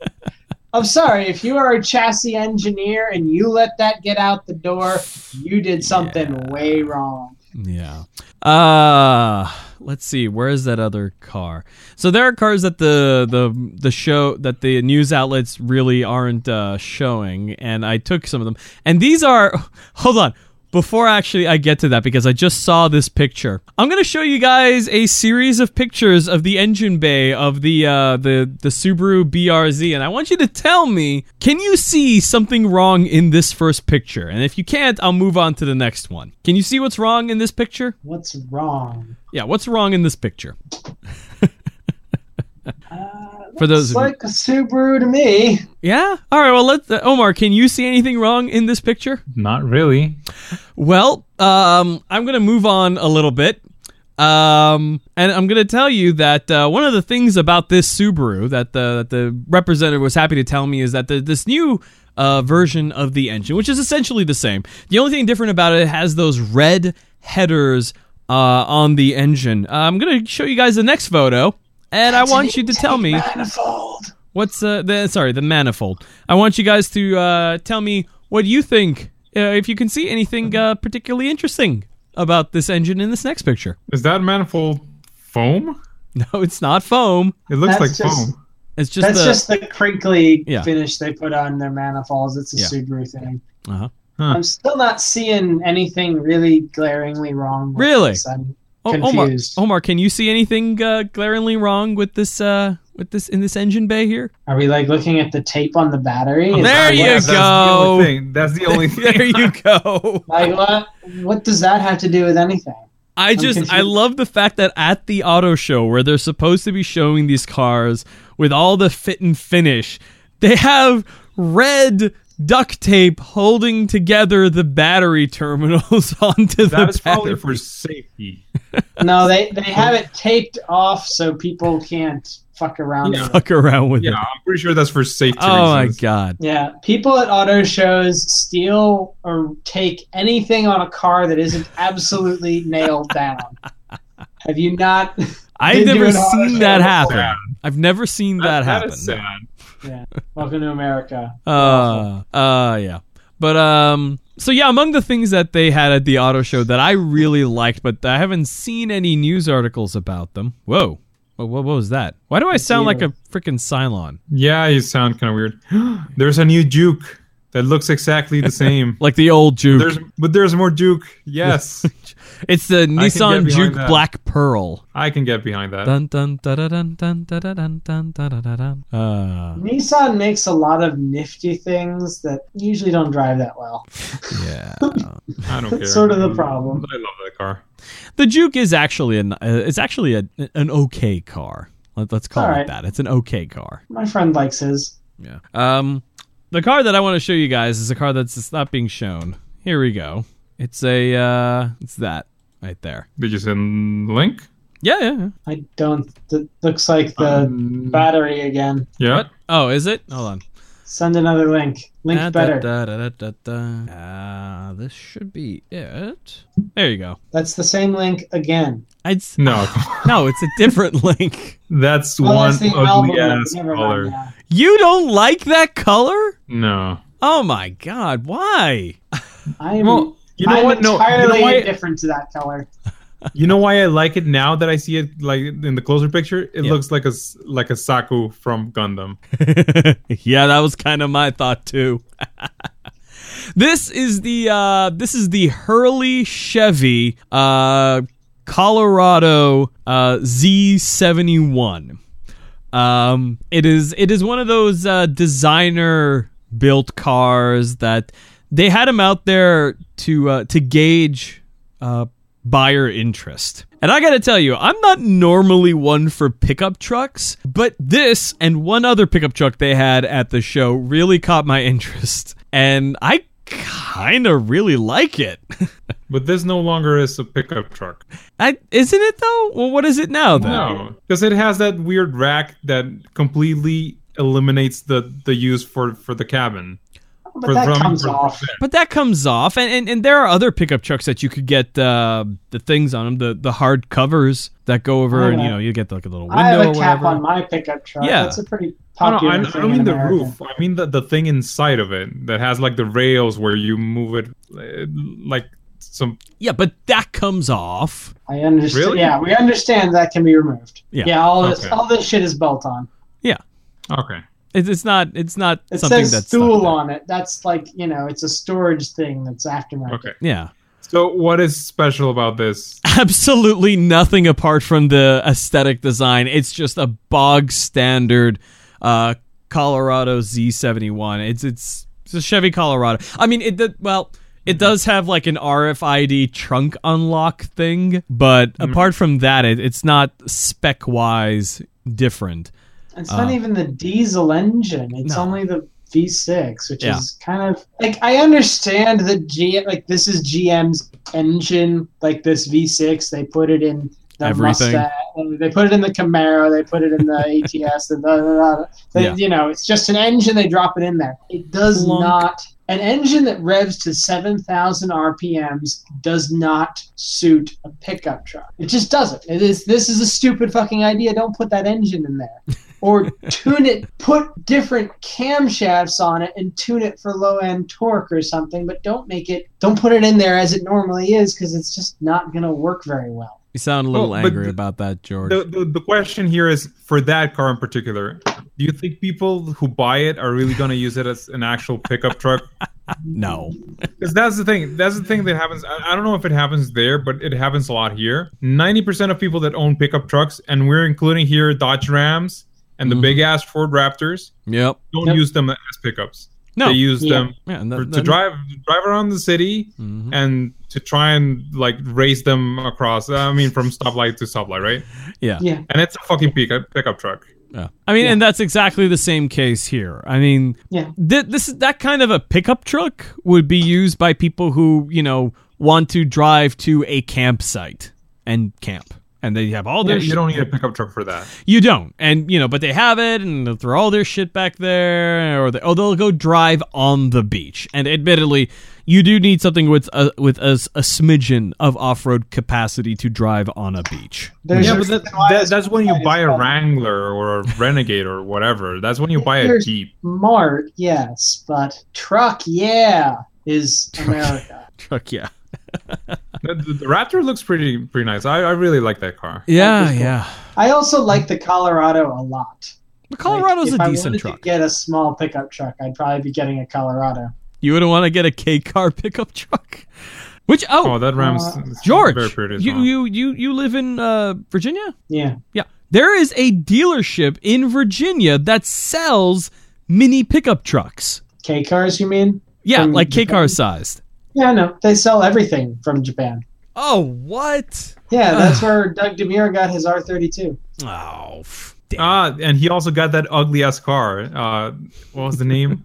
Speaker 3: I'm sorry if you are a chassis engineer and you let that get out the door, you did something way wrong.
Speaker 1: Yeah. Uh let's see, where is that other car? So there are cars that the the the show that the news outlets really aren't uh, showing, and I took some of them. And these are, hold on, before actually I get to that because I just saw this picture. I'm gonna show you guys a series of pictures of the engine bay of the uh, the the Subaru BRZ, and I want you to tell me, can you see something wrong in this first picture? And if you can't, I'll move on to the next one. Can you see what's wrong in this picture?
Speaker 3: What's wrong?
Speaker 1: Yeah, what's wrong in this picture?
Speaker 3: Uh,
Speaker 1: For those of
Speaker 3: looks
Speaker 1: you-
Speaker 3: like a Subaru to me.
Speaker 1: Yeah. All right. Well, let the, Omar. Can you see anything wrong in this picture?
Speaker 2: Not really.
Speaker 1: Well, um, I'm going to move on a little bit. Um, and I'm going to tell you that uh, one of the things about this Subaru that the, that the representative was happy to tell me is that the, this new uh, version of the engine, which is essentially the same, the only thing different about it, it has those red headers uh, on the engine. Uh, I'm going to show you guys the next photo, and I want you to tell me.
Speaker 3: Manifold.
Speaker 1: What's uh, the sorry the manifold? I want you guys to uh, tell me what you think uh, if you can see anything uh, particularly interesting about this engine in this next picture.
Speaker 2: Is that manifold foam?
Speaker 1: No, it's not foam.
Speaker 2: It looks
Speaker 3: That's
Speaker 2: like
Speaker 3: just-
Speaker 2: foam.
Speaker 1: It's just
Speaker 3: That's
Speaker 1: the
Speaker 3: just the crinkly
Speaker 1: Yeah.
Speaker 3: finish they put on their manifolds. It's a
Speaker 1: Yeah.
Speaker 3: Subaru thing.
Speaker 1: Uh-huh.
Speaker 2: Huh.
Speaker 3: I'm still not seeing anything really glaringly wrong. With
Speaker 1: Really? Oh,
Speaker 3: This. I'm
Speaker 1: O- Omar.
Speaker 3: confused.
Speaker 1: Omar, can you see anything uh, glaringly wrong with this uh, with this in this engine bay here?
Speaker 3: Are we like looking at the tape on the battery? Is
Speaker 1: Oh, There
Speaker 3: that
Speaker 1: you
Speaker 3: what-
Speaker 2: That's the only
Speaker 1: go.
Speaker 2: thing. That's the only thing.
Speaker 1: there you go.
Speaker 3: Like what? What does that have to do with anything?
Speaker 1: I just I
Speaker 3: confused.
Speaker 1: love the fact that at the auto show where they're supposed to be showing these cars with all the fit and finish, they have red duct tape holding together the battery terminals onto the
Speaker 2: That is probably
Speaker 1: battery.
Speaker 2: for safety.
Speaker 3: No, they they have it taped off so people can't fuck around. with it.
Speaker 1: Fuck around with
Speaker 2: Yeah,
Speaker 1: it.
Speaker 2: I'm pretty sure that's for safety
Speaker 1: Oh my
Speaker 2: reasons.
Speaker 1: god.
Speaker 3: Yeah, people at auto shows steal or take anything on a car that isn't absolutely nailed down. Have you not?
Speaker 1: I've
Speaker 3: Did you
Speaker 1: never
Speaker 3: an auto
Speaker 1: seen
Speaker 3: show
Speaker 1: that
Speaker 3: before?
Speaker 1: happen.
Speaker 2: Sad.
Speaker 1: I've never seen that, happen.
Speaker 2: That is sad.
Speaker 3: Yeah. Welcome to America.
Speaker 1: Uh, uh, yeah. But um, so yeah, among the things that they had at the auto show that I really liked, but I haven't seen any news articles about them. Whoa, what, what was that? Why do I sound like a freaking Cylon?
Speaker 2: Yeah, you sound kind of weird. There's a new Duke that looks exactly the same.
Speaker 1: Like the old Juke.
Speaker 2: There's, but there's more Duke. Yes,
Speaker 1: it's the Nissan
Speaker 2: behind
Speaker 1: Juke
Speaker 2: that.
Speaker 1: Black Pearl.
Speaker 2: I can get behind that.
Speaker 4: Dun dun da da dun dun da da dun dun da da da dun.
Speaker 1: Uh,
Speaker 3: Nissan makes a lot of nifty things that usually don't drive that well.
Speaker 1: yeah.
Speaker 2: I don't care.
Speaker 3: That's sort of the problem.
Speaker 2: I love that car.
Speaker 1: the Juke is actually an uh, it's actually a, an okay car. Let, us call
Speaker 3: All
Speaker 1: it
Speaker 3: right.
Speaker 1: that. It's an okay car.
Speaker 3: My friend likes his.
Speaker 1: Yeah. Um, the car that I want to show you guys is a car that's it's not being shown. Here we go. It's a uh, it's that right there.
Speaker 2: Did you send link?
Speaker 1: Yeah, yeah. yeah.
Speaker 3: I don't. It looks like the
Speaker 2: Um,
Speaker 3: battery again.
Speaker 2: Yeah.
Speaker 1: What? Oh, is it? Hold on.
Speaker 3: Send another link. Link
Speaker 1: Da,
Speaker 3: better.
Speaker 1: Da, da, da, da, da. Ah, this should be it. There you go.
Speaker 3: That's the same link again.
Speaker 1: I'd s-
Speaker 2: No,
Speaker 1: no, it's a different link.
Speaker 2: that's
Speaker 3: Oh,
Speaker 2: one
Speaker 3: that's the
Speaker 2: ugly
Speaker 3: album.
Speaker 2: ass
Speaker 3: Never
Speaker 2: color.
Speaker 3: mind. Yeah.
Speaker 1: You don't like that color?
Speaker 2: No.
Speaker 1: Oh my god, why?
Speaker 3: I'm,
Speaker 2: Well, you know
Speaker 3: I'm
Speaker 2: what? No. You
Speaker 3: entirely
Speaker 2: know why?
Speaker 3: indifferent to that color.
Speaker 2: You know why I like it now that I see it like in the closer picture. It
Speaker 1: Yeah.
Speaker 2: looks like a s- like a Saku from Gundam.
Speaker 1: yeah, that was kind of my thought too. this is the uh, this is the Hurley Chevy uh, Colorado uh, Z71. Um, it is it is one of those uh, designer built cars that they had them out there to uh, to gauge uh, buyer interest. And I got to tell you, I'm not normally one for pickup trucks, but this and one other pickup truck they had at the show really caught my interest, and I kind of really like it.
Speaker 2: But this no longer is a pickup truck.
Speaker 1: I, isn't it though? Well, what is it now then?
Speaker 2: No, because it has that weird rack that completely eliminates the the use for for the cabin.
Speaker 3: But
Speaker 2: For
Speaker 3: that
Speaker 2: drumming,
Speaker 3: comes
Speaker 2: for-
Speaker 3: off.
Speaker 1: But that comes off, and, and, and there are other pickup trucks that you could get uh, the things on them, the, the hard covers that go over, and you
Speaker 3: Oh, yeah.
Speaker 1: know you get like a little window
Speaker 3: I have
Speaker 1: or
Speaker 3: a cap
Speaker 1: whatever.
Speaker 3: on my pickup truck.
Speaker 1: Yeah.
Speaker 3: That's a pretty
Speaker 2: I don't,
Speaker 3: popular
Speaker 2: I, I
Speaker 3: thing
Speaker 2: don't mean
Speaker 3: in
Speaker 2: the
Speaker 3: America.
Speaker 2: roof. I mean the, the thing inside of it that has like the rails where you move it uh, like some
Speaker 1: Yeah, but that comes off.
Speaker 3: I understand.
Speaker 2: Really?
Speaker 3: Yeah, we understand that can be removed.
Speaker 1: Yeah.
Speaker 3: all this
Speaker 2: Okay.
Speaker 3: all this shit is belt on.
Speaker 2: okay.
Speaker 1: It's, it's not. It's not
Speaker 3: It
Speaker 1: something
Speaker 3: says
Speaker 1: that's
Speaker 3: stool
Speaker 1: stuck
Speaker 3: on it. That's like you know, it's a storage thing that's aftermarket.
Speaker 2: Okay.
Speaker 1: there. Yeah,
Speaker 2: So what is special about this?
Speaker 1: absolutely nothing apart from the aesthetic design. It's just a bog standard uh, Colorado Z71. It's it's it's a Chevy Colorado. I mean, it did- well, it does have like an RFID trunk unlock thing, but
Speaker 2: Mm-hmm.
Speaker 1: apart from that, it, it's not spec wise different.
Speaker 3: It's not even the diesel engine. It's
Speaker 1: Uh, No.
Speaker 3: only the V6, which
Speaker 1: Yeah.
Speaker 3: is kind of like I understand that G like this is GM's engine, like this V6. They put it in the
Speaker 1: Everything.
Speaker 3: Mustang. They put it in the Camaro. They put it in the ATS. And da, da, da. They,
Speaker 1: Yeah.
Speaker 3: You know, it's just an engine. They drop it in there. It does
Speaker 1: Plonk.
Speaker 3: not. An engine that revs to 7,000 RPMs does not suit a pickup truck. It just doesn't. It is, this is a stupid fucking idea. Don't put that engine in there or tune it, put different camshafts on it and tune it for low end torque or something, but don't make it, don't put it in there as it normally is because it's just not going to work very well.
Speaker 1: You sound a little
Speaker 2: Well, but
Speaker 1: angry
Speaker 2: the-
Speaker 1: about that, George.
Speaker 2: The, the the question here is for that car in particular. Do you think people who buy it are really going to use it as an actual pickup truck?
Speaker 1: no.
Speaker 2: Because that's the thing. That's the thing that happens. I, I don't know if it happens there, but it happens a lot here. Ninety percent of people that own pickup trucks, and we're including here Dodge Rams and the
Speaker 1: Mhm.
Speaker 2: big ass Ford Raptors,
Speaker 1: Yep.
Speaker 2: don't
Speaker 3: Mm-hmm. Yep.
Speaker 2: use them as pickups.
Speaker 1: No.
Speaker 2: They use
Speaker 3: Yeah.
Speaker 2: them
Speaker 1: yeah, and that-
Speaker 2: for, to
Speaker 1: that-
Speaker 2: drive drive around the city
Speaker 1: Mhm.
Speaker 3: Mm-hmm.
Speaker 2: and to try and like race them across. I mean, from stoplight to stoplight, right?
Speaker 1: Yeah.
Speaker 3: Yeah.
Speaker 2: And it's a fucking pickup pickup truck.
Speaker 1: Yeah. I mean,
Speaker 3: Yeah.
Speaker 1: and that's exactly the same case here. I mean,
Speaker 3: Yeah.
Speaker 1: thi- this is that kind of a pickup truck would be used by people who you know want to drive to a campsite and camp, and they have all
Speaker 2: Yeah,
Speaker 1: their.
Speaker 2: you
Speaker 1: shit.
Speaker 2: don't need a pickup truck for that.
Speaker 1: You don't, and you know, but they have it, and they'll throw all their shit back there, or they, oh, they'll go drive on the beach. And admittedly, you do need something with a with a, s- a smidgen of off road capacity to drive on a beach.
Speaker 3: There's
Speaker 2: yeah,
Speaker 3: a
Speaker 2: but that,
Speaker 3: reason why
Speaker 2: that,
Speaker 3: this
Speaker 2: that's when you
Speaker 3: website is
Speaker 2: buy a
Speaker 3: called
Speaker 2: Wrangler or a Renegade or whatever. That's when you buy a
Speaker 3: There's-
Speaker 2: Jeep.
Speaker 3: Mart, yes, but truck, yeah, is America.
Speaker 1: Truck, yeah,
Speaker 2: The, the, the Raptor looks pretty pretty nice. I, I really like that car.
Speaker 1: yeah,
Speaker 3: cool.
Speaker 1: yeah.
Speaker 3: I also like the Colorado a lot.
Speaker 1: But
Speaker 3: Like,
Speaker 1: Colorado's
Speaker 3: if
Speaker 1: a
Speaker 3: I
Speaker 1: decent
Speaker 3: wanted
Speaker 1: truck.
Speaker 3: To get a small pickup truck, I'd probably be getting a Colorado.
Speaker 1: You wouldn't want to get a K car pickup truck. Which oh,
Speaker 2: Oh, that Ram's
Speaker 3: Uh,
Speaker 2: it's
Speaker 1: George,
Speaker 2: very pretty. as
Speaker 1: you,
Speaker 2: well.
Speaker 1: you you you live in uh, Virginia?
Speaker 3: Yeah,
Speaker 1: Yeah, there is a dealership in Virginia that sells mini pickup trucks.
Speaker 3: K cars, you mean?
Speaker 1: Yeah,
Speaker 3: From
Speaker 1: like K car
Speaker 3: Japan?
Speaker 1: sized.
Speaker 3: Yeah, no, they sell everything from Japan.
Speaker 1: Oh what?
Speaker 3: Yeah, that's where Doug Demure got his R32.
Speaker 1: Oh f- damn.
Speaker 2: Ah, and he also got that ugly ass car. Uh, what was the name?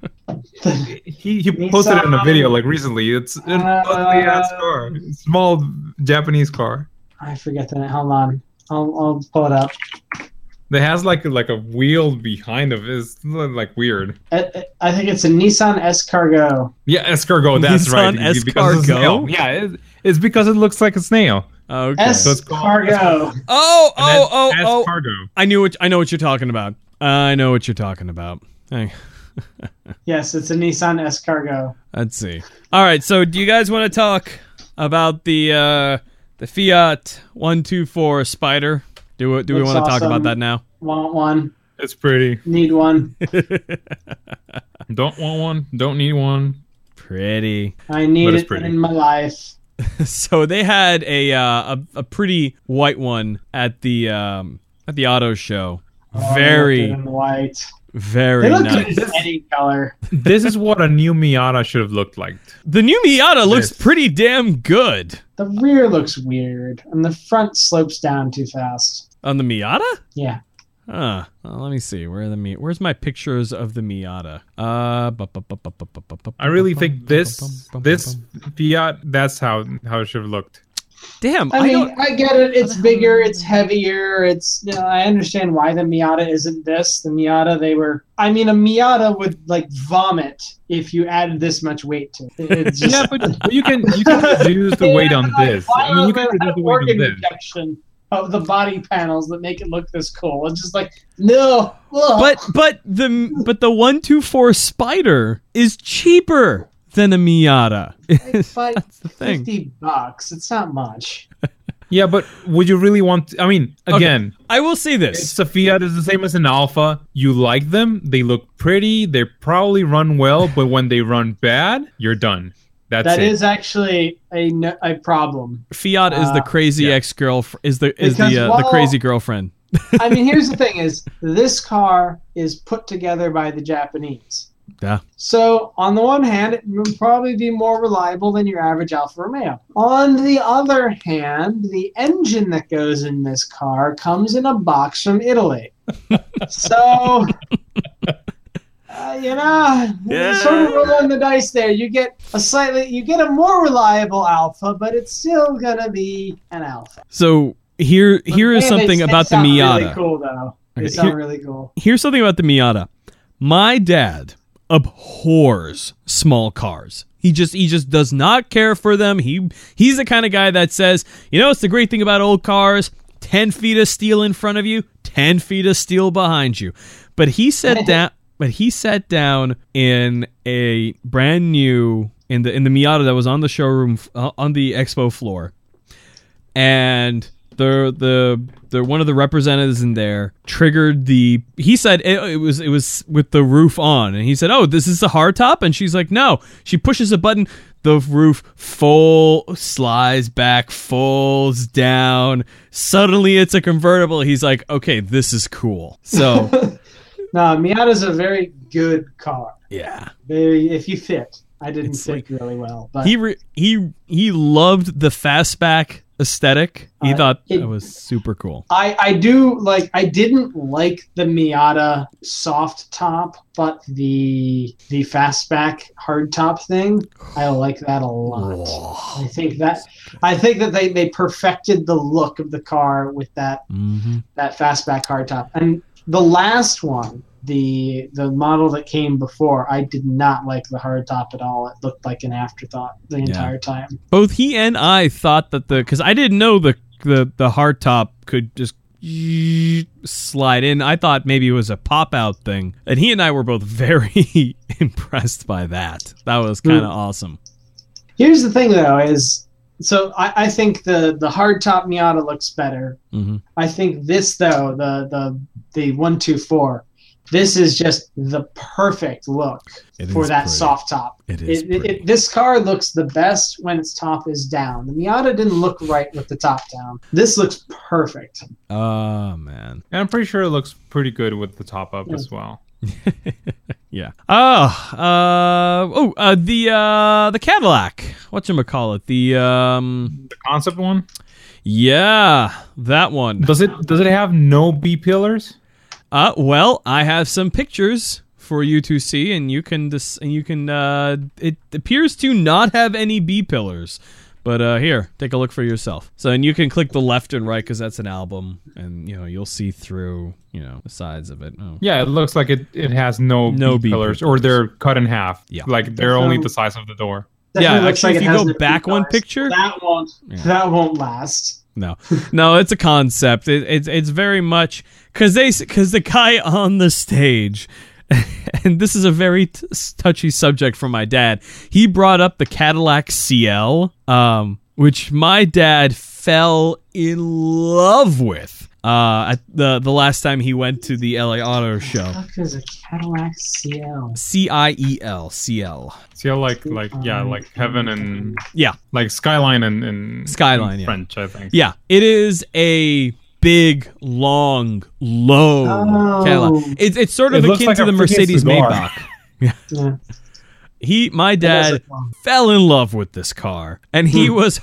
Speaker 2: he he posted it in a video like recently. It's an
Speaker 3: Uh,
Speaker 2: ugly ass car, small Japanese car
Speaker 3: I forget the name. Hold on. I'll, I'll pull it up.
Speaker 2: that has like like a wheel behind of it. It's like weird.
Speaker 3: I, I- I think it's a Nissan S Cargo.
Speaker 2: Yeah, escargot. That's
Speaker 1: Nissan
Speaker 2: right. Because of the
Speaker 1: escargot?
Speaker 2: snail. Yeah, it, it's because it looks like a snail.
Speaker 1: okay.
Speaker 3: S
Speaker 2: Uh, So it's called-
Speaker 1: oh
Speaker 3: Cargo.
Speaker 2: And that's
Speaker 1: oh oh oh.
Speaker 2: escargot.
Speaker 1: I knew what I know what you're talking about. I know what you're talking about. Hey,
Speaker 3: Yes, it's a Nissan S Cargo.
Speaker 1: let's see. All right, so do you guys want to talk about the uh, the Fiat One Two Four Spider? Do we, do we
Speaker 3: Looks
Speaker 1: want to talk about
Speaker 3: awesome.
Speaker 1: that now?
Speaker 3: Want one?
Speaker 2: It's pretty.
Speaker 3: Need one?
Speaker 2: Don't want one. Don't need one.
Speaker 1: Pretty.
Speaker 3: I need
Speaker 2: But it's
Speaker 3: it
Speaker 2: pretty.
Speaker 3: in my life.
Speaker 1: So they had a uh, a, a pretty white one at the um, at the auto show.
Speaker 3: Oh, I want it
Speaker 1: Very
Speaker 3: in white.
Speaker 1: very
Speaker 3: They look
Speaker 1: nice.
Speaker 3: good in any color.
Speaker 2: this is what a new Miata should have looked like.
Speaker 1: The new Miata looks
Speaker 2: Yes.
Speaker 1: pretty damn good
Speaker 3: The rear looks weird, and the front slopes down too fast.
Speaker 1: on the Miata.
Speaker 3: Yeah,
Speaker 1: Huh. Well, let me see. Where are the Mi- Where's my pictures of the Miata? Uh, bu- bu- bu- bu- bu- bu- bu- bu-
Speaker 2: I really
Speaker 1: bu-
Speaker 2: think
Speaker 1: bu-
Speaker 2: this
Speaker 1: bu- bu- bu-
Speaker 2: this
Speaker 1: bu-
Speaker 2: Fiat. That's how how it should have looked.
Speaker 1: Damn.
Speaker 3: I,
Speaker 1: I
Speaker 3: mean,
Speaker 1: don't.
Speaker 3: I get it. It's bigger. It's heavier. It's. You know, I understand why the Miata isn't this. The Miata they were. I mean, a Miata would like vomit if you added this much weight to it. It's just,
Speaker 2: Yeah, but, but you can you can reduce the weight on
Speaker 3: Like,
Speaker 2: this.
Speaker 3: why
Speaker 2: I mean, you
Speaker 3: was
Speaker 2: can
Speaker 3: there
Speaker 2: reduce
Speaker 3: an
Speaker 2: the weight on
Speaker 3: organ
Speaker 2: this.
Speaker 3: rejection of the body panels that make it look this cool? It's just like no. ugh.
Speaker 1: But but the but the one two four Spider is cheaper. than a Miata.
Speaker 3: Like, but
Speaker 1: That's the thing.
Speaker 3: 50 bucks, it's not much.
Speaker 2: Yeah, but would you really want? I mean, again,
Speaker 1: I will say
Speaker 2: it's
Speaker 1: this.
Speaker 2: a Fiat is the same as an Alpha. You like them; they look pretty. They probably run well, but when they run bad, you're done. That's
Speaker 3: That
Speaker 2: it.
Speaker 3: is actually a, no- a problem.
Speaker 1: Fiat is the
Speaker 3: Uh,
Speaker 1: crazy
Speaker 2: yeah.
Speaker 1: ex girl is the is
Speaker 3: Because
Speaker 1: the uh, the
Speaker 3: while-
Speaker 1: crazy girlfriend.
Speaker 3: I mean, here's the thing: is this car is put together by the Japanese.
Speaker 1: Yeah.
Speaker 3: So on the one hand, it would probably be more reliable than your average Alfa Romeo. On the other hand, the engine that goes in this car comes in a box from Italy. so. Uh, you know,
Speaker 1: Yeah.
Speaker 3: sort of rolling the dice there. You get a slightly, you get a more reliable alpha, but it's still gonna be an alpha.
Speaker 1: So here here is
Speaker 3: Man, they-
Speaker 1: something
Speaker 3: they
Speaker 1: about the
Speaker 3: sound
Speaker 1: Miata.
Speaker 3: Really cool though. They
Speaker 1: Okay,
Speaker 3: sound
Speaker 1: here-
Speaker 3: really cool.
Speaker 1: here's something about the Miata. My dad abhors small cars. He just he just does not care for them. He he's the kind of guy that says, you know, it's the great thing about old cars: ten feet of steel in front of you, ten feet of steel behind you. But he sat down. But he sat down in a brand new in the in the Miata that was on the showroom f- uh, on the expo floor and the the the one of the representatives in there triggered the he said it, it was it was with the roof on and he said oh this is the hard top and she's like no she pushes a button the roof full slides back folds down suddenly it's a convertible he's like okay this is cool so
Speaker 3: No, Miata's a very good car.
Speaker 1: yeah
Speaker 3: Very, if you fit. I didn't
Speaker 1: It's
Speaker 3: fit really well, but
Speaker 1: he re- he he loved the fastback aesthetic he
Speaker 3: Uh,
Speaker 1: thought
Speaker 3: it-
Speaker 1: that was super cool
Speaker 3: I I do like I didn't like the Miata soft top, but the the fastback hard top thing I like that a lot. I think that I think that they they perfected the look of the car with that
Speaker 1: Mhm.
Speaker 3: that fastback hardtop. And the last one, the the model that came before, I did not like the hardtop at all. It looked like an afterthought the entire time.
Speaker 1: both he and I thought that the because I didn't know the the the hard top could just slide in. I thought maybe it was a pop out thing, and he and I were both very impressed by that. That was kind
Speaker 3: Hmm.
Speaker 1: of awesome.
Speaker 3: Here's the thing though, is so I, I think the the hardtop Miata looks better.
Speaker 1: Mhm.
Speaker 3: I think this though, the the the one two four, this is just the perfect look
Speaker 1: It
Speaker 3: for
Speaker 1: is
Speaker 3: that
Speaker 1: pretty.
Speaker 3: soft top.
Speaker 1: It is
Speaker 3: It, it,
Speaker 1: pretty.
Speaker 3: it, this car looks the best when its top is down. The Miata didn't look right with the top down. This looks perfect.
Speaker 1: oh man,
Speaker 2: And I'm pretty sure it looks pretty good with the top up as well.
Speaker 1: yeah. Oh, uh, oh, uh, the uh, the Cadillac. What you call it? The um,
Speaker 2: The concept one
Speaker 1: yeah, that one.
Speaker 2: does it does it have no B pillars?
Speaker 1: Uh, well, I have some pictures for you to see, and you can dis- and you can. Uh, it appears to not have any B pillars, but uh, here, take a look for yourself. So, and you can click the left and right because that's an album, and you know you'll see through, you know, the sides of it. Oh.
Speaker 2: Yeah, it looks like it, it has no
Speaker 1: No
Speaker 2: no
Speaker 1: B
Speaker 2: B pillars,
Speaker 1: pillars.
Speaker 2: or they're cut in half.
Speaker 1: Yeah.
Speaker 2: like they're
Speaker 3: So-
Speaker 2: only the size of the door.
Speaker 1: Yeah,
Speaker 3: Definitely looks
Speaker 1: actually,
Speaker 3: like
Speaker 1: if
Speaker 3: it
Speaker 1: you
Speaker 3: has
Speaker 1: go
Speaker 3: no
Speaker 1: back one
Speaker 3: P-pillars.
Speaker 1: picture-
Speaker 3: that won't
Speaker 1: Yeah.
Speaker 3: that won't last.
Speaker 1: No, no, it's a concept. It, it's it's very much because they because the guy on the stage, and this is a very t- touchy subject for my dad. He brought up the Cadillac CL, um, which my dad fell in love with uh, at the the last time he went to the LA Auto Show.
Speaker 3: Fuck is a Cadillac CL?
Speaker 1: C I E L C L.
Speaker 2: See how like like yeah like heaven and
Speaker 1: Yeah.
Speaker 2: like skyline and, and
Speaker 1: Skyline, yeah.
Speaker 2: French I think.
Speaker 1: Yeah, it is a big, long, low
Speaker 3: Oh.
Speaker 1: Cadillac. It's it's sort of
Speaker 2: It looks
Speaker 1: akin
Speaker 2: like
Speaker 1: to
Speaker 2: a
Speaker 1: the
Speaker 2: freaking
Speaker 1: Mercedes
Speaker 2: cigar.
Speaker 1: Maybach.
Speaker 3: Yeah,
Speaker 1: He, my
Speaker 3: does
Speaker 1: dad,
Speaker 3: look long.
Speaker 1: fell in love with this car, and
Speaker 2: Hmm.
Speaker 1: he was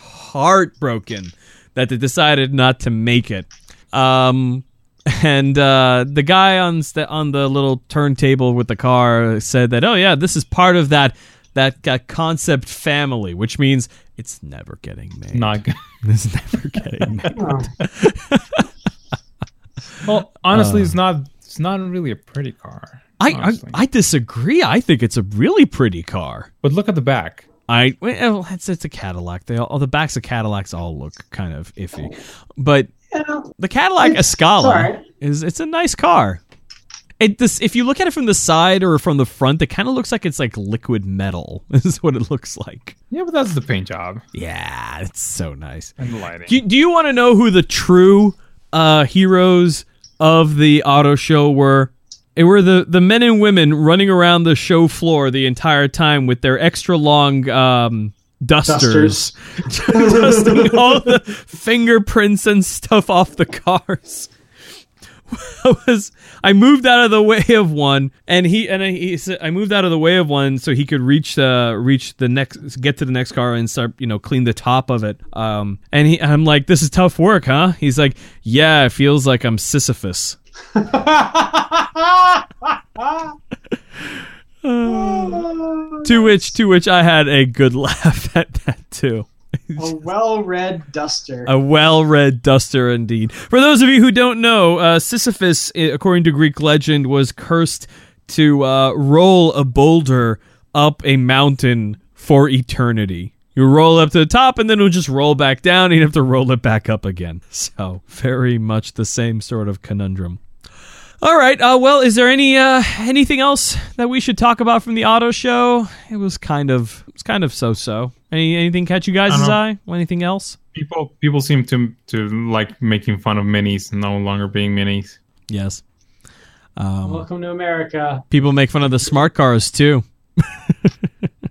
Speaker 1: heartbroken that they decided not to make it. Um, and uh, the guy on st- on the little turntable with the car said that, oh yeah, this is part of that that, that concept family, which means it's never getting made.
Speaker 2: Not good.
Speaker 1: It's never getting made.
Speaker 3: Oh,
Speaker 2: Well, honestly, it's not it's not really a pretty car.
Speaker 1: I, I
Speaker 2: honestly.
Speaker 1: I disagree. I think it's a really pretty car.
Speaker 2: but look at the back.
Speaker 1: I well, it's, it's a Cadillac. They all, all the backs of Cadillacs all look kind of iffy, but
Speaker 3: Oh, yeah,
Speaker 1: the Cadillac
Speaker 3: It's-
Speaker 1: Escala
Speaker 3: it's all right.
Speaker 1: is it's a nice car. it, this, if you look at it from the side or from the front, it kind of looks like it's like liquid metal. Is what it looks like.
Speaker 2: Yeah, but that's the paint job
Speaker 1: Yeah, it's so nice.
Speaker 2: and the lighting.
Speaker 1: Do, do you want to know who the true uh, heroes of the auto show were? It were the, the men and women running around the show floor the entire time with their extra long um, dusters,
Speaker 3: Dusters.
Speaker 1: dusting all the fingerprints and stuff off the cars. I was I moved out of the way of one, and he and I, he said I moved out of the way of one so he could reach the reach the next get to the next car and start you know clean the top of it. Um, and he I'm like, this is tough work, huh? He's like, yeah, it feels like I'm Sisyphus. To which to which I had a good laugh at that too.
Speaker 3: a well-read duster.
Speaker 1: A well-read duster, indeed. For those of you who don't know, uh, Sisyphus, i- according to Greek legend, was cursed to uh, roll a boulder up a mountain for eternity. You roll up to the top, and then it'll just roll back down. And you have to roll it back up again. So, very much the same sort of conundrum. All right. Uh, well, is there any uh, anything else that we should talk about from the auto show? It was kind of it was kind of so-so. Any anything catch you guys'
Speaker 2: don't know.
Speaker 1: eye? Anything else?
Speaker 2: people people seem to to like making fun of minis no longer being minis.
Speaker 1: Yes. Um,
Speaker 3: Welcome to America.
Speaker 1: people make fun of the smart cars too,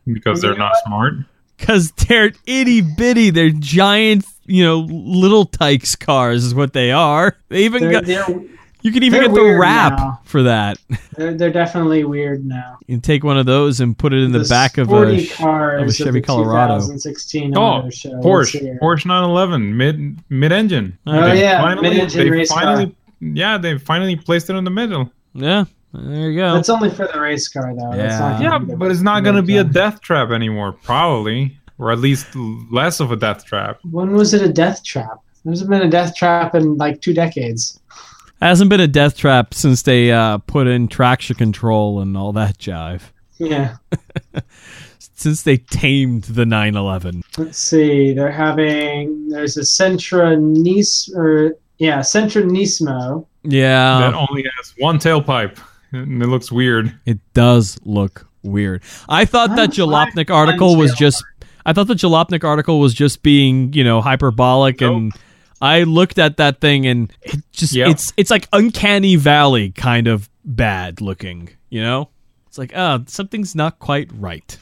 Speaker 2: because they're not smart.
Speaker 1: cause they're itty bitty. They're giant, you know, little tykes cars is what they are. They even
Speaker 3: They're,
Speaker 1: got
Speaker 3: they're,
Speaker 1: you can even
Speaker 3: they're
Speaker 1: get the
Speaker 3: weird
Speaker 1: wrap
Speaker 3: now.
Speaker 1: for that.
Speaker 3: they're, they're definitely weird now.
Speaker 1: You can take one of those and put it in the, back of a.
Speaker 3: sporty
Speaker 1: sh-
Speaker 3: cars
Speaker 1: of a Chevy
Speaker 3: the
Speaker 1: Colorado.
Speaker 3: 2016
Speaker 2: Oh,
Speaker 3: Auto show was
Speaker 2: Porsche,
Speaker 3: here.
Speaker 2: Porsche 911 mid mid engine.
Speaker 1: Oh,
Speaker 3: yeah, mid-engine race car.
Speaker 2: finally, yeah, they finally placed it in the middle.
Speaker 1: yeah, there you go.
Speaker 3: That's only for the race car though. That's
Speaker 1: Yeah,
Speaker 3: not
Speaker 2: Yeah,
Speaker 3: gonna be the-
Speaker 2: but it's not going to be a
Speaker 3: Yeah.
Speaker 2: death trap anymore, probably, or at least l- less of a death trap.
Speaker 3: When was it a death trap? There's been a death trap in like two decades.
Speaker 1: Hasn't been a death trap since they uh, put in traction control and all that jive.
Speaker 3: Yeah.
Speaker 1: Since they tamed the 911.
Speaker 3: Let's see. They're having there's a Sentra Nice or yeah Sentra Nismo.
Speaker 1: Yeah,
Speaker 2: that only has one tailpipe, and it looks weird.
Speaker 1: It does look weird. I thought that
Speaker 3: I'm glad
Speaker 1: Jalopnik article
Speaker 3: I'm
Speaker 1: was
Speaker 3: still
Speaker 1: just. I thought the Jalopnik article was just being, you know, hyperbolic, and I looked at that thing and it just
Speaker 2: Yep.
Speaker 1: it's it's like uncanny valley kind of bad looking. You know, it's like ah, something's not quite right.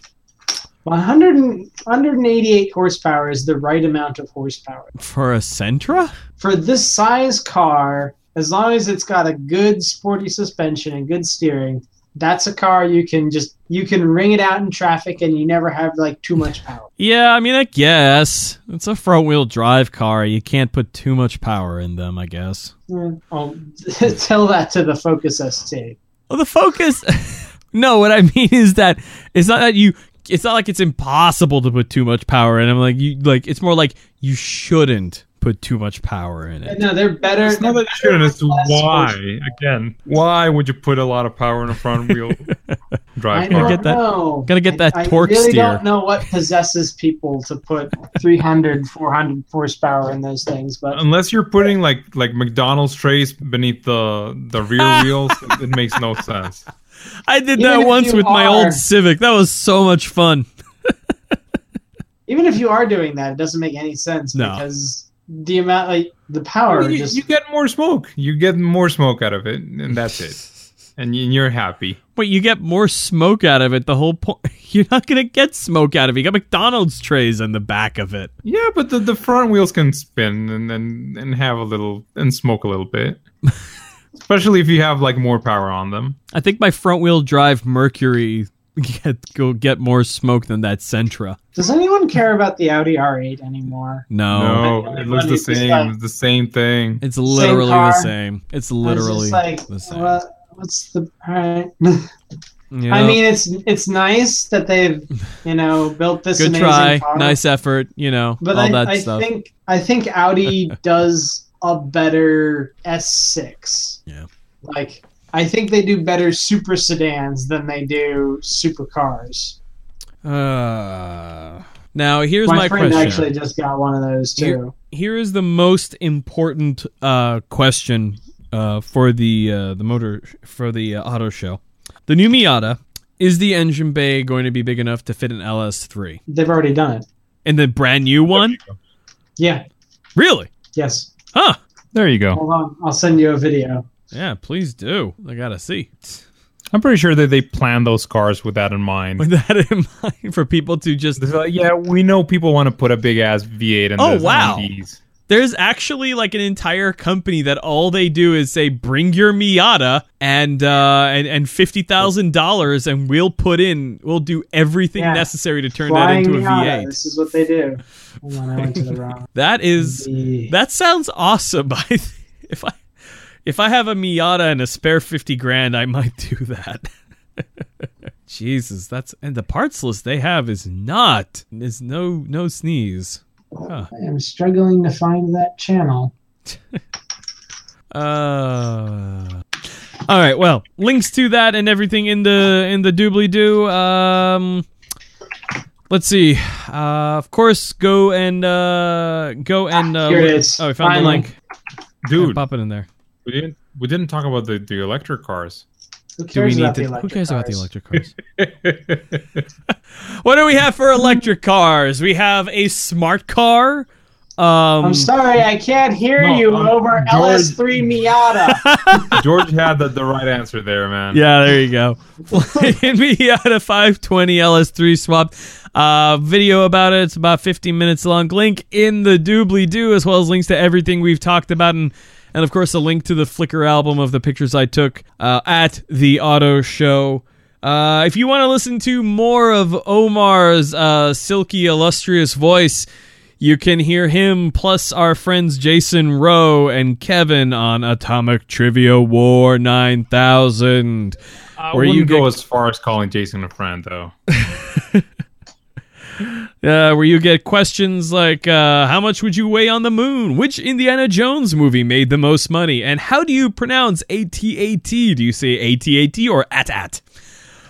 Speaker 3: 100 and- 188 horsepower is the right amount of horsepower
Speaker 1: For a Sentra,
Speaker 3: for this size car. As long as it's got a good sporty suspension and good steering, that's a car you can just you can ring it out in traffic and you never have like too much power.
Speaker 1: yeah, I mean, I guess it's a front wheel drive car. You can't put too much power in them, I guess.
Speaker 3: Yeah. Oh, tell that to the Focus ST.
Speaker 1: Well, the focus. no, what I mean is that it's not that you. It's not like it's impossible to put too much power in. I'm like you. Like it's more like you shouldn't put too much power in it.
Speaker 3: No, they're better.
Speaker 2: It's not that you shouldn't. It's why again? Why would you put a lot of power in a front wheel
Speaker 3: I
Speaker 2: drive
Speaker 3: don't
Speaker 1: Gotta
Speaker 2: car?
Speaker 1: get that-
Speaker 3: know.
Speaker 1: gotta get that
Speaker 3: I,
Speaker 1: torque
Speaker 3: I really
Speaker 1: steer.
Speaker 3: don't know what possesses people to put 300, 400 horsepower in those things,
Speaker 1: Um,
Speaker 3: but
Speaker 2: Unless you're putting like like McDonald's trays beneath the the rear wheels, it makes no sense.
Speaker 1: I did
Speaker 3: Even
Speaker 1: that
Speaker 3: if
Speaker 1: once
Speaker 3: you
Speaker 1: with my
Speaker 3: are-
Speaker 1: old Civic. That was so much fun.
Speaker 3: even if you are doing that, it doesn't make any sense
Speaker 1: No.
Speaker 3: because the amount, like the
Speaker 2: I
Speaker 3: power,
Speaker 2: mean, you,
Speaker 3: just
Speaker 2: you get more smoke. You get more smoke out of it, and that's it. And you- you're happy.
Speaker 1: But you get more smoke out of it. The whole point. You're not gonna get smoke out of it. You got McDonald's trays in the back of it.
Speaker 2: Yeah, but the, the front wheels can spin and then and have a little and smoke a little bit. Especially if you have like more power on them.
Speaker 1: I think my front wheel drive Mercury get go get more smoke than that Sentra.
Speaker 3: does anyone care about the Audi R8 anymore?
Speaker 2: Oh.
Speaker 1: No,
Speaker 2: No, it looks the same. It's the same thing.
Speaker 1: it's literally the
Speaker 3: car.
Speaker 1: same. It's
Speaker 3: I was
Speaker 1: literally
Speaker 3: just like,
Speaker 1: the same.
Speaker 3: What, what's the all right?
Speaker 1: You
Speaker 3: I
Speaker 1: know?
Speaker 3: mean, it's it's nice that they've you know built this
Speaker 1: good
Speaker 3: amazing
Speaker 1: try,
Speaker 3: car.
Speaker 1: nice effort, you know,
Speaker 3: But
Speaker 1: all
Speaker 3: I,
Speaker 1: that
Speaker 3: I
Speaker 1: stuff.
Speaker 3: think I think Audi does a better S6.
Speaker 1: Yeah.
Speaker 3: Like I think they do better super sedans than they do supercars.
Speaker 1: Uh, now here's my,
Speaker 3: my, friend
Speaker 1: question.
Speaker 3: actually just got one of those too.
Speaker 1: Here is the most important uh, question uh, for the uh, the motor for the uh, auto show. The new Miata is the engine bay going to be big enough to fit an LS3
Speaker 3: They've already done it.
Speaker 1: and the brand new one?
Speaker 3: Yeah.
Speaker 1: Really?
Speaker 3: Yes.
Speaker 1: Huh?
Speaker 4: There you go.
Speaker 1: Oh.
Speaker 3: Hold on. I'll send you a video.
Speaker 1: Yeah. Please do. I gotta see.
Speaker 2: I'm pretty sure that they planned those cars with that in mind.
Speaker 1: With that in mind, for people to just
Speaker 2: They're like, yeah, we know people want to put a big ass V8 in
Speaker 1: Oh,
Speaker 2: this
Speaker 1: wow.
Speaker 2: MDs.
Speaker 1: There's actually like an entire company that all they do is say, "Bring your Miata and uh, and and fifty thousand dollars, and we'll put in, we'll do everything
Speaker 3: Yeah.
Speaker 1: necessary to turn
Speaker 3: Flying
Speaker 1: that into a
Speaker 3: Miata.
Speaker 1: V8."
Speaker 3: This is what they do. Hold on. I went to the wrong.
Speaker 1: That is
Speaker 3: The-
Speaker 1: that sounds awesome. I, th- if I if I have a Miata and a spare fifty grand, I might do that. Jesus, that's and the parts list they have is not is no no sneeze.
Speaker 3: I am struggling to find that channel.
Speaker 1: Uh, all right. Well, links to that and everything in the in the doobly doo. Um, let's see. Uh, of course, go and uh, go and uh,
Speaker 3: Here it is.
Speaker 1: Oh, we found
Speaker 3: Finally.
Speaker 1: the link. Yeah,
Speaker 2: Dude,
Speaker 1: pop it in there.
Speaker 2: we didn't we didn't talk about the, the electric cars.
Speaker 3: Who
Speaker 1: Do we
Speaker 3: cares
Speaker 1: need
Speaker 3: about
Speaker 1: to?
Speaker 3: the electric
Speaker 1: Who cares about the
Speaker 3: cars?
Speaker 1: electric cars?
Speaker 2: That's
Speaker 1: what do we have for electric cars? We have a smart car. Um,
Speaker 3: I'm sorry, I can't hear
Speaker 2: No,
Speaker 3: you
Speaker 2: I'm-
Speaker 3: over
Speaker 2: George-
Speaker 3: LS3 Miata.
Speaker 2: George had the, the right answer there, man.
Speaker 1: Yeah, there you go. Flying Miata 520 LS3 swap. Uh, video about it. It's about 15 minutes long. Link in the doobly doo, as well as links to everything we've talked about, and and of course a link to the Flickr album of the pictures I took uh, at the auto show. Uh, if you want to listen to more of Omar's uh, silky, illustrious voice, you can hear him plus our friends Jason Rowe and Kevin on Atomic Trivia War 9000.
Speaker 2: I
Speaker 1: Where
Speaker 2: wouldn't
Speaker 1: you
Speaker 2: you go
Speaker 1: get-
Speaker 2: as far as calling Jason a friend though.
Speaker 1: uh, where you get questions like uh, how much would you weigh on the moon which indiana jones movie made the most money and how do you pronounce atat do you say atat or atat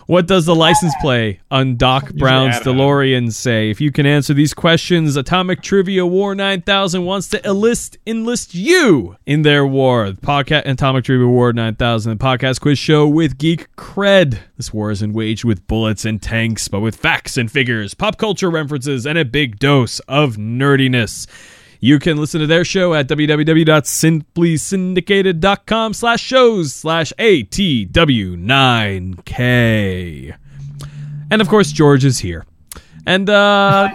Speaker 1: what does the license play on Doc Brown's
Speaker 2: atat.
Speaker 1: DeLorean say? If you can answer these questions, Atomic Trivia War 9000 wants to enlist enlist you in their war. The podcast Atomic Trivia War 9000, the podcast quiz show with geek cred. This war isn't waged with bullets and tanks, but with facts and figures, pop culture references, and a big dose of nerdiness. You can listen to their show at www.simplysyndicated.com slash shows slash ATW9K. And of course, George is here. And, uh...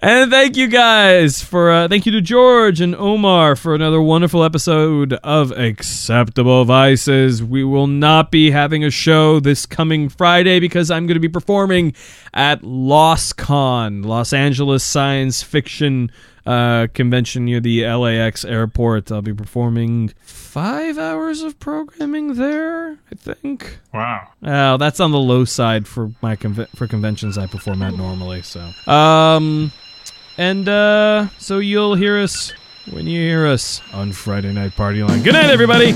Speaker 1: And thank you guys for uh, thank you to George and Omar for another wonderful episode of Acceptable Vices. We will not be having a show this coming Friday because I'm going to be performing at LosCon, Los Angeles Science Fiction uh, Convention near the LAX airport. I'll be performing five hours of programming there, I think.
Speaker 2: Wow.
Speaker 1: Oh, that's on the low side for my conve- for conventions I perform at normally. So, um, and uh, so you'll hear us when you hear us on Friday Night Party Line. Good night, everybody.